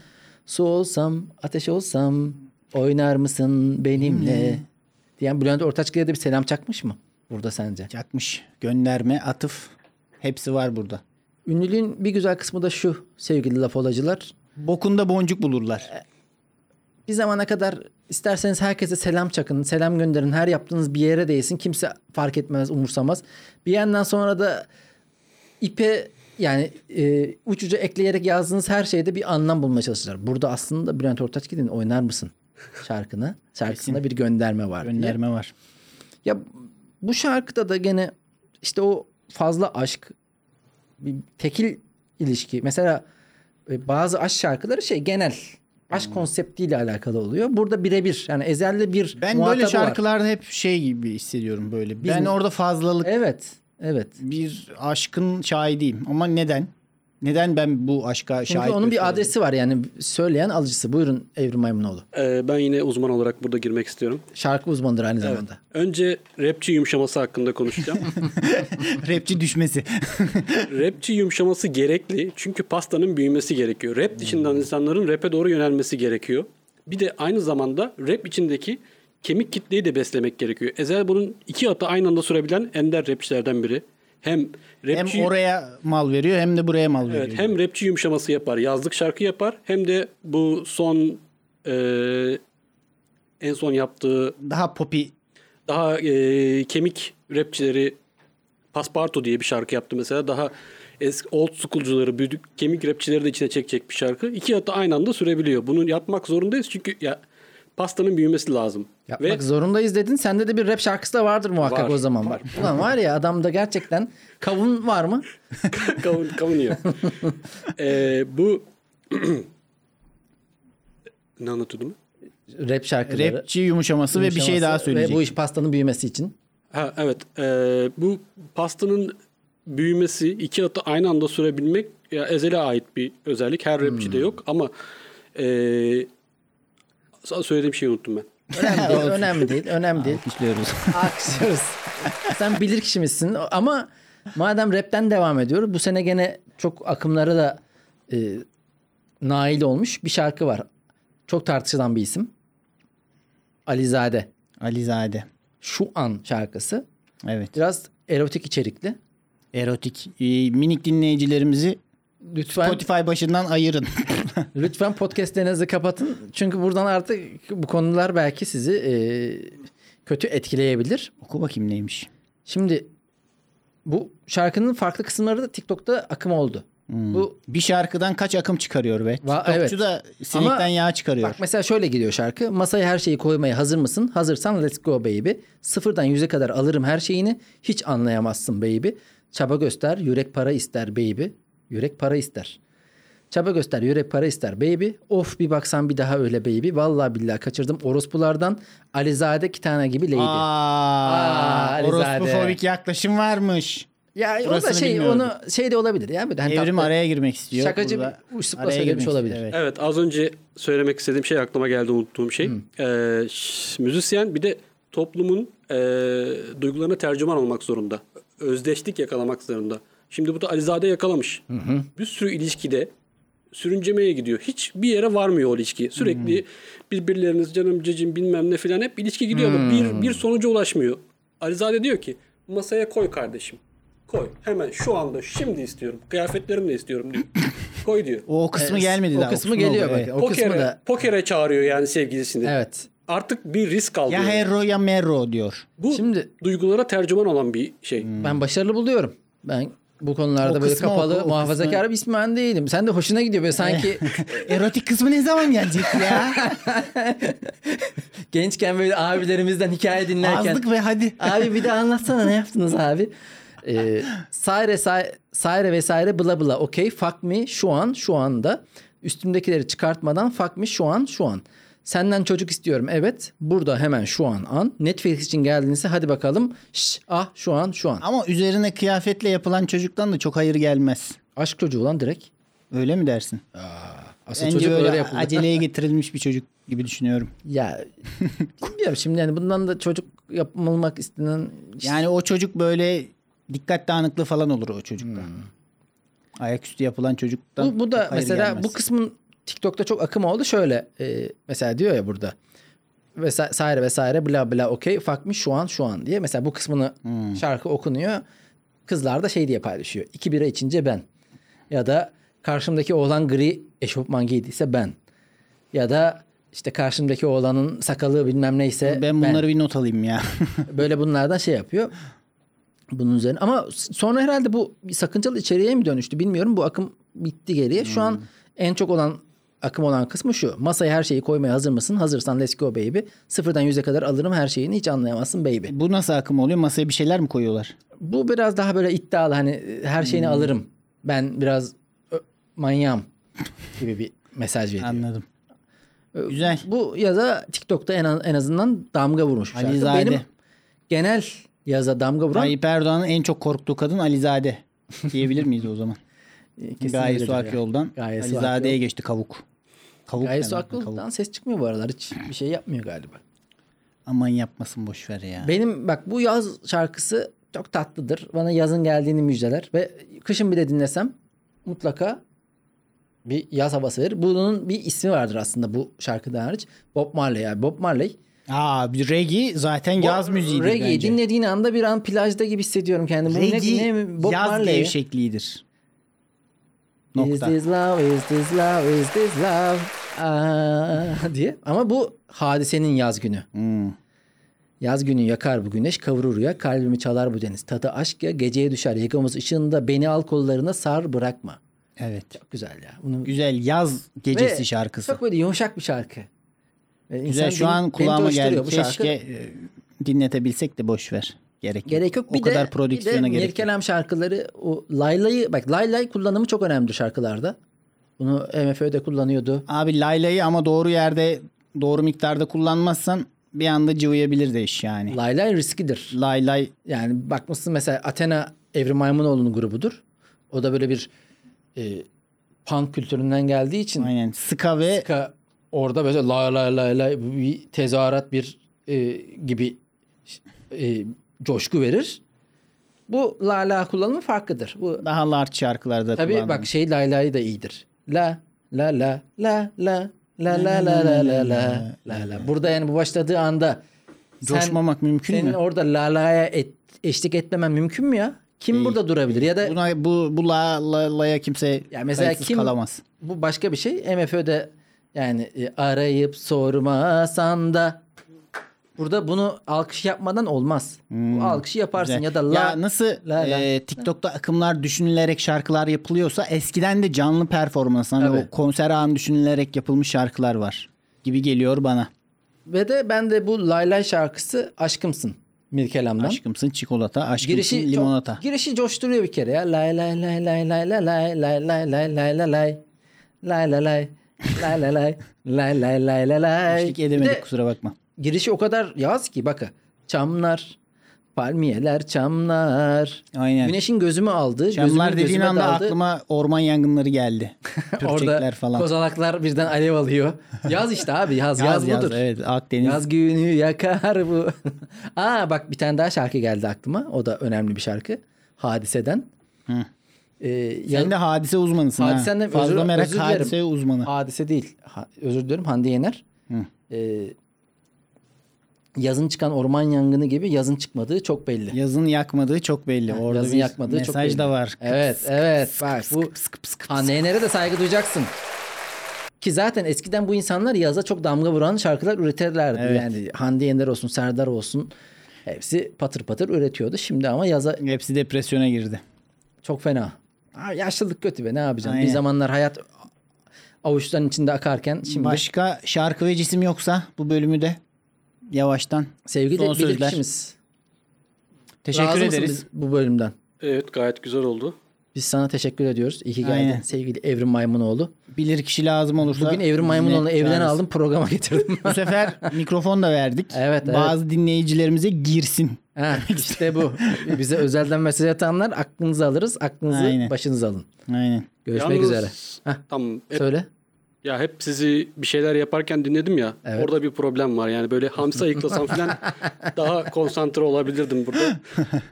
Speaker 1: Su olsam ateş olsam oynar mısın benimle?
Speaker 2: Hmm.
Speaker 1: Diyen Bülent Ortaçgil'e de bir selam çakmış mı? Burada sence?
Speaker 2: Çakmış. Gönderme, atıf. Hepsi var burada.
Speaker 1: Ünlülüğün bir güzel kısmı da şu sevgili laf olacılar.
Speaker 2: Bokunda boncuk
Speaker 1: E,
Speaker 2: bulurlar.
Speaker 1: Bir zamana kadar isterseniz herkese selam çakın, selam gönderin. Her yaptığınız bir yere değsin. Kimse fark etmez, umursamaz. Bir yandan sonra da ipe yani e, uçucu ekleyerek yazdığınız her şeyde bir anlam bulmaya çalışırlar. Burada aslında Bülent Ortaçgil'in oynar mısın şarkına, şarkısında bir gönderme var. diye.
Speaker 2: Gönderme var.
Speaker 1: Ya bu şarkıda da gene işte o fazla aşk bir tekil ilişki. Mesela e, bazı aşk şarkıları şey genel aşk
Speaker 2: Hmm.
Speaker 1: konseptiyle alakalı oluyor. Burada birebir yani ezelde bir
Speaker 2: Ben böyle
Speaker 1: muhatabı var.
Speaker 2: şarkılarda hep şey gibi hissediyorum böyle.
Speaker 1: Biz-
Speaker 2: Ben orada fazlalık
Speaker 1: Evet. Evet.
Speaker 2: bir aşkın şahidiyim. Ama neden? Neden ben bu aşka
Speaker 1: Çünkü
Speaker 2: şahit
Speaker 1: onun bir
Speaker 2: gösteriyorum?
Speaker 1: adresi var yani söyleyen alıcısı. Buyurun Evrim Maymunoğlu.
Speaker 3: Ee, ben yine uzman olarak burada girmek istiyorum.
Speaker 1: Şarkı uzmanıdır aynı zamanda.
Speaker 3: Önce rapçi yumuşaması hakkında konuşacağım.
Speaker 2: Rapçi düşmesi.
Speaker 3: rapçi yumuşaması gerekli çünkü pastanın büyümesi gerekiyor. Rap
Speaker 2: Hmm.
Speaker 3: dışından insanların rap'e doğru yönelmesi gerekiyor. Bir de aynı zamanda rap içindeki kemik kitleyi de beslemek gerekiyor. Ezel bunun iki atı aynı anda sürebilen ender rapçilerden biri. Hem
Speaker 2: hem
Speaker 3: rapçi
Speaker 2: oraya mal veriyor hem de buraya mal veriyor.
Speaker 3: Evet, hem rapçi yumuşaması yapar, yazlık şarkı yapar hem de bu son e, en son yaptığı
Speaker 2: Daha popi
Speaker 3: daha e, kemik rapçileri Pasparto diye bir şarkı yaptı mesela. Daha eski old schoolcuları, büyük kemik rapçileri de içine çekecek bir şarkı. İki yata aynı anda sürebiliyor. Bunu yapmak zorundayız çünkü ya pastanın büyümesi lazım.
Speaker 1: Yapmak
Speaker 3: Ve
Speaker 1: zorundayız dedin. Sende de bir rap şarkısı da vardır muhakkak
Speaker 3: Var,
Speaker 1: o zaman. Var. Ulan var ya adamda gerçekten kavun var mı?
Speaker 3: kavun, kavunuyor. Ee, bu ne anlatıyordum?
Speaker 1: Rap şarkıları.
Speaker 2: Rapçi yumuşaması, ve bir şey
Speaker 1: Yumuşaması
Speaker 2: daha
Speaker 1: Ve
Speaker 2: söyleyecek.
Speaker 1: bu iş pastanın büyümesi için.
Speaker 3: Ha evet. Ee, bu pastanın büyümesi, iki atı aynı anda sürebilmek ya ezele ait bir özellik. Her rapçide yok ama ee, sa- söylediğim şeyi unuttum ben.
Speaker 1: Önemli değil, önemli değil, önemli değil.
Speaker 2: İşliyoruz.
Speaker 1: Alkışlıyoruz. Sen bilir kişimizsin ama madem rapten devam ediyoruz bu sene gene çok akımlara da e, nail olmuş bir şarkı var. Çok tartışılan bir isim. Alizade.
Speaker 2: Alizade.
Speaker 1: Şu an şarkısı.
Speaker 2: Evet.
Speaker 1: Biraz erotik içerikli.
Speaker 2: Erotik. Ee, Minik dinleyicilerimizi
Speaker 1: Lütfen
Speaker 2: Spotify başından ayırın.
Speaker 1: lütfen podcastlerinizi kapatın. Çünkü buradan artık bu konular belki sizi e, kötü etkileyebilir.
Speaker 2: Oku bakayım neymiş.
Speaker 1: Şimdi bu şarkının farklı kısımları da TikTok'ta akım oldu.
Speaker 2: Hmm.
Speaker 1: Bu
Speaker 2: Bir şarkıdan kaç akım çıkarıyor be.
Speaker 1: Va-
Speaker 2: TikTokçu
Speaker 1: evet.
Speaker 2: da sinekten
Speaker 1: Ama
Speaker 2: yağ çıkarıyor.
Speaker 1: bak mesela şöyle gidiyor şarkı. Masaya her şeyi koymaya hazır mısın? Hazırsan let's go baby. Sıfırdan yüze kadar alırım her şeyini. Hiç anlayamazsın baby. Çaba göster yürek para ister baby. Yürek para ister. Çaba göster yürek para ister baby. Of bir baksan bir daha öyle baby. Vallahi billahi kaçırdım orospulardan. Alizade iki tane gibi lady. Aa,
Speaker 2: Aa,
Speaker 1: Alizade.
Speaker 2: orospofobik yaklaşım varmış.
Speaker 1: ya o da
Speaker 2: burasını
Speaker 1: şey
Speaker 2: bilmiyorum.
Speaker 1: onu şey de olabilir ya. Böyle hani
Speaker 2: Evrim
Speaker 1: tatlı-
Speaker 2: araya girmek istiyor.
Speaker 1: Şakacı
Speaker 2: Burada
Speaker 1: bir uçlukla
Speaker 2: araya
Speaker 1: söylemiş
Speaker 2: girmek
Speaker 1: olabilir.
Speaker 2: istiyor, evet.
Speaker 3: Evet az önce söylemek istediğim şey aklıma geldi unuttuğum şey. Ee, ş- müzisyen bir de toplumun ee, duygularına tercüman olmak zorunda. Özdeşlik yakalamak zorunda. Şimdi bu da Alizade yakalamış. Bir sürü ilişkide sürüncemeye gidiyor. Hiç bir yere varmıyor o ilişki. Sürekli birbirleriniz canım cicim bilmem ne filan hep ilişki gidiyor ama bir, bir sonuca ulaşmıyor. Alizade diyor ki masaya koy kardeşim. Koy hemen şu anda şimdi istiyorum. Kıyafetlerimle istiyorum diyor. koy diyor.
Speaker 2: O kısmı gelmedi
Speaker 1: Ee, o
Speaker 2: daha.
Speaker 1: kısmı geliyor
Speaker 2: oldu,
Speaker 1: bak.
Speaker 2: evet.
Speaker 1: O kısmı
Speaker 3: Pokere-
Speaker 1: da
Speaker 3: pokere çağırıyor yani sevgilisini.
Speaker 1: evet.
Speaker 3: Artık bir risk alıyor.
Speaker 2: Ya hero ya mero diyor.
Speaker 3: Bu
Speaker 1: Şimdi- Hmm.
Speaker 3: duygulara tercüman olan bir şey.
Speaker 1: Ben başarılı buluyorum. Ben bu konularda
Speaker 2: Hmm. O
Speaker 1: böyle
Speaker 2: kısmı o-
Speaker 1: kapalı
Speaker 2: o kısmı-
Speaker 1: muhafazakar bir İsmail değilim. Sen de hoşuna gidiyor böyle sanki
Speaker 2: Erotik kısmı ne zaman gelecek ya?
Speaker 1: gençken böyle abilerimizden hikaye dinlerken.
Speaker 2: Azlık ve hadi.
Speaker 1: Abi bir de anlatsana ne yaptınız abi? Ee, saire, say- saire vesaire bla bla okey fuck me şu an şu anda üstümdekileri çıkartmadan fuck me şu an şu an. Senden çocuk istiyorum evet burada hemen şu an an Netflix için geldiğinizde hadi bakalım şş, ah şu an şu an.
Speaker 2: Ama üzerine kıyafetle yapılan çocuktan da çok hayır gelmez.
Speaker 1: Aşk çocuğu lan direkt.
Speaker 2: Öyle mi dersin?
Speaker 1: Asıl
Speaker 2: Bence
Speaker 1: çocuk
Speaker 2: böyle
Speaker 1: öyle yapıldı.
Speaker 2: aceleye getirilmiş bir çocuk gibi düşünüyorum.
Speaker 1: Ya bilmiyorum şimdi yani bundan da çocuk yapılmak istenen
Speaker 2: Yani o çocuk böyle dikkat dağınıklığı falan olur o çocukta. Ayaküstü yapılan çocuktan
Speaker 1: Hmm. Bu, bu da
Speaker 2: çok hayır
Speaker 1: mesela
Speaker 2: gelmez.
Speaker 1: bu kısmın TikTok'ta çok akım oldu. Şöyle e, mesela diyor ya burada vesaire vesaire bla bla okey fuck me şu an şu an diye. Mesela bu kısmını
Speaker 2: Hmm.
Speaker 1: şarkı okunuyor. Kızlar da şey diye paylaşıyor. İki bira içince ben. Ya da karşımdaki oğlan gri eşofman giydiyse ben. Ya da işte karşımdaki oğlanın sakalı bilmem neyse
Speaker 2: ben bunları bir not alayım ya.
Speaker 1: Böyle bunlardan şey yapıyor. Bunun üzerine ama sonra herhalde bu bir sakıncalı içeriğe mi dönüştü bilmiyorum. Bu akım bitti geriye. Şu an en çok olan akım olan kısmı şu. Masaya her şeyi koymaya hazır mısın? Hazırsan let's go baby. Sıfırdan yüze kadar alırım her şeyini hiç anlayamazsın baby.
Speaker 2: bu nasıl akım oluyor? Masaya bir şeyler mi koyuyorlar?
Speaker 1: Bu biraz daha böyle iddialı hani e, her şeyini alırım. Ben biraz ö, manyağım gibi bir mesaj veriyor.
Speaker 2: Anladım. Güzel.
Speaker 1: Ee, Bu yaza TikTok'ta en, az- en azından damga vurmuş. bir şarkı.
Speaker 2: Alizade.
Speaker 1: Benim genel yaza damga vuran
Speaker 2: Tayyip Erdoğan'ın en çok korktuğu kadın Alizade diyebilir miyiz o zaman?
Speaker 1: kesin
Speaker 2: Gaye
Speaker 1: öyledir
Speaker 2: Su
Speaker 1: ya.
Speaker 2: Akyol'dan
Speaker 1: Gaye Su
Speaker 2: Alizade'ye geçti kavuk. Kavuk
Speaker 1: Gaye
Speaker 2: demek
Speaker 1: Su
Speaker 2: mi?
Speaker 1: Akyol'dan ses çıkmıyor bu aralar. Hiç bir şey yapmıyor galiba.
Speaker 2: Aman yapmasın boş ver ya.
Speaker 1: Benim bak bu yaz şarkısı çok tatlıdır. Bana yazın geldiğini müjdeler. Ve kışın bile dinlesem mutlaka bir yaz havası verir. Bunun bir ismi vardır aslında bu şarkıdan hariç. Bob Marley yani. Bob Marley.
Speaker 2: Aa bir reggae zaten yaz müziği
Speaker 1: Reggae
Speaker 2: bence.
Speaker 1: dinlediğin anda bir an plajda gibi hissediyorum kendimi. Bu ne,
Speaker 2: reggae
Speaker 1: ne, Bob
Speaker 2: yaz
Speaker 1: Marley.
Speaker 2: gevşekliğidir.
Speaker 1: Is
Speaker 2: Nokta.
Speaker 1: this love, is this love, is this love ah, diye. Ama bu hadisenin yaz günü.
Speaker 2: Hmm.
Speaker 1: Yaz günü yakar bu güneş, kavurur ya, kalbimi çalar bu deniz. Tadı aşk ya, geceye düşer yakamız ışığında, beni al kollarına sar bırakma.
Speaker 2: Evet.
Speaker 1: Çok güzel ya. Bunu...
Speaker 2: Güzel yaz gecesi
Speaker 1: Ve
Speaker 2: şarkısı.
Speaker 1: Çok böyle yumuşak bir şarkı. Ve
Speaker 2: Güzel
Speaker 1: insan
Speaker 2: şu
Speaker 1: beni-
Speaker 2: an
Speaker 1: beni
Speaker 2: kulağıma
Speaker 1: coşturuyor
Speaker 2: geldi.
Speaker 1: bu
Speaker 2: Keşke
Speaker 1: şarkı.
Speaker 2: e, dinletebilsek de boş ver. Gerek yok.
Speaker 1: Gerek yok.
Speaker 2: o
Speaker 1: Bir
Speaker 2: kadar
Speaker 1: de,
Speaker 2: prodüksiyona
Speaker 1: bir de
Speaker 2: gerek yok.
Speaker 1: Mirkelam şarkıları o Layla'yı bak Layla'yı kullanımı çok önemlidir şarkılarda. Bunu MFÖ'de kullanıyordu.
Speaker 2: Abi Layla'yı ama doğru yerde doğru miktarda kullanmazsan bir anda cıvıyabilir de iş yani.
Speaker 1: Layla riskidir.
Speaker 2: Laylay
Speaker 1: Yani bakmışsın mesela Athena Evrim Maymunoğlu'nun grubudur. O da böyle bir e, punk kültüründen geldiği için
Speaker 2: aynen sıka ve
Speaker 1: Ka- orada böyle la la la la bir tezahürat bir e, gibi e, coşku verir. Bu la la kullanımı farklıdır. Bu
Speaker 2: daha large şarkılarda
Speaker 1: tabii
Speaker 2: kullanılır.
Speaker 1: bak şey lay lay da iyidir. La la la la la la la la la la la la la. Burada yani bu başladığı anda sen-
Speaker 2: Coşmamak mümkün
Speaker 1: senin
Speaker 2: mü?
Speaker 1: orada la la'ya et- eşlik etmemen mümkün mü ya? Kim burada durabilir ya da
Speaker 2: Buna bu bu la, la, la'ya kimse
Speaker 1: Ya mesela
Speaker 2: kayıtsız
Speaker 1: kim-
Speaker 2: kalamaz.
Speaker 1: Bu başka bir şey. MFÖ'de yani e, arayıp sormasan da burada bunu alkış yapmadan olmaz. Bu alkışı yaparsın
Speaker 2: Güzel.
Speaker 1: ya da la
Speaker 2: ya nasıl
Speaker 1: la, la.
Speaker 2: e, TikTok'ta akımlar düşünülerek şarkılar yapılıyorsa eskiden de canlı performans hani
Speaker 1: Tabii.
Speaker 2: o konser anı düşünülerek yapılmış şarkılar var gibi geliyor bana.
Speaker 1: ve de ben de bu Laylay şarkısı Aşkımsın Mirkelam'dan.
Speaker 2: Aşkımsın çikolata, aşkımsın
Speaker 1: Girişi çok-
Speaker 2: limonata.
Speaker 1: girişi coşturuyor bir kere ya. Lay lay lay lay lay lay lay lay lay lay lay lay lay lay lay lay lay lay lay lay lay lay lay lay.
Speaker 2: Eşlik
Speaker 1: Bir
Speaker 2: edemedik
Speaker 1: de-
Speaker 2: kusura bakma.
Speaker 1: girişi o kadar yaz ki bakın. Çamlar, palmiyeler, çamlar.
Speaker 2: Aynen.
Speaker 1: Güneşin gözümü aldı.
Speaker 2: Camlar
Speaker 1: gözümün
Speaker 2: dediğin
Speaker 1: gözüme
Speaker 2: anda
Speaker 1: daldı.
Speaker 2: aklıma orman yangınları geldi.
Speaker 1: Orada
Speaker 2: Pürçekler falan.
Speaker 1: kozalaklar birden alev alıyor. Yaz işte abi yaz yaz, budur.
Speaker 2: Evet Akdeniz.
Speaker 1: Yaz günü yakar bu. Aa bak bir tane daha şarkı geldi aklıma. O da önemli bir şarkı. Hadiseden. Ee, ya-
Speaker 2: Sen de hadise uzmanısın
Speaker 1: Hadisenden
Speaker 2: ha. Fazla
Speaker 1: özür-
Speaker 2: merak
Speaker 1: özür dilerim.
Speaker 2: hadise uzmanı.
Speaker 1: Hadise değil. Ha- özür dilerim Hande Yener. Ee, yazın çıkan orman yangını gibi yazın çıkmadığı çok belli.
Speaker 2: Yazın yakmadığı çok belli. Orada
Speaker 1: yazın
Speaker 2: bir
Speaker 1: yakmadığı çok
Speaker 2: mesaj
Speaker 1: belli.
Speaker 2: da var.
Speaker 1: Evet evet bak bu Hande Yener'e de saygı duyacaksın. Ki zaten eskiden bu insanlar yaza çok damga vuran şarkılar üretirlerdi.
Speaker 2: Evet.
Speaker 1: Yani Hande Yener olsun Serdar olsun hepsi patır patır üretiyordu. Şimdi ama yaza
Speaker 2: Hepsi depresyona girdi.
Speaker 1: Çok fena. Abi yaşlılık kötü be ne yapacaksın?
Speaker 2: Aynen.
Speaker 1: Bir zamanlar hayat avuçların içinde akarken şimdi
Speaker 2: Başka şarkı ve cisim yoksa bu bölümü de yavaştan
Speaker 1: sevgili
Speaker 2: son sözler.
Speaker 1: bilirkişimiz.
Speaker 2: teşekkür
Speaker 1: razı mısın
Speaker 2: ederiz.
Speaker 1: biz bu bölümden.
Speaker 3: Evet gayet güzel oldu.
Speaker 1: Biz sana teşekkür ediyoruz. İyi ki geldin
Speaker 2: Aynen.
Speaker 1: sevgili Evrim Maymunoğlu.
Speaker 2: Bilir kişi lazım olursa.
Speaker 1: Bugün Evrim
Speaker 2: bizimle
Speaker 1: Maymunoğlu'nu evden
Speaker 2: çağırırız.
Speaker 1: aldım programa getirdim.
Speaker 2: Bu sefer mikrofon da verdik.
Speaker 1: Evet, evet.
Speaker 2: Bazı dinleyicilerimize girsin.
Speaker 1: ha, işte bu. Bize özelden mesaj atanlar aklınızı alırız. Aklınızı
Speaker 2: Aynen.
Speaker 1: başınızı alın.
Speaker 2: Aynen.
Speaker 1: Görüşmek
Speaker 3: Yalnız- e-
Speaker 1: üzere. Hah,
Speaker 3: Tam hep,
Speaker 1: söyle.
Speaker 3: ya hep sizi bir şeyler yaparken dinledim ya.
Speaker 1: Evet.
Speaker 3: Orada bir problem var. Yani böyle hamsi ayıklasam falan daha konsantre olabilirdim burada.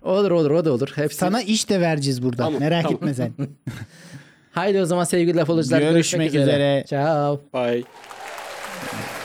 Speaker 1: Olur olur o da olur. Hepsi.
Speaker 2: Sana iş de vereceğiz burada.
Speaker 3: Tamam,
Speaker 2: Merak
Speaker 3: tamam.
Speaker 2: etme sen.
Speaker 1: Haydi o zaman sevgili laf olucular. Görüşmek,
Speaker 2: Görüşmek üzere.
Speaker 1: Ciao.
Speaker 3: Bye.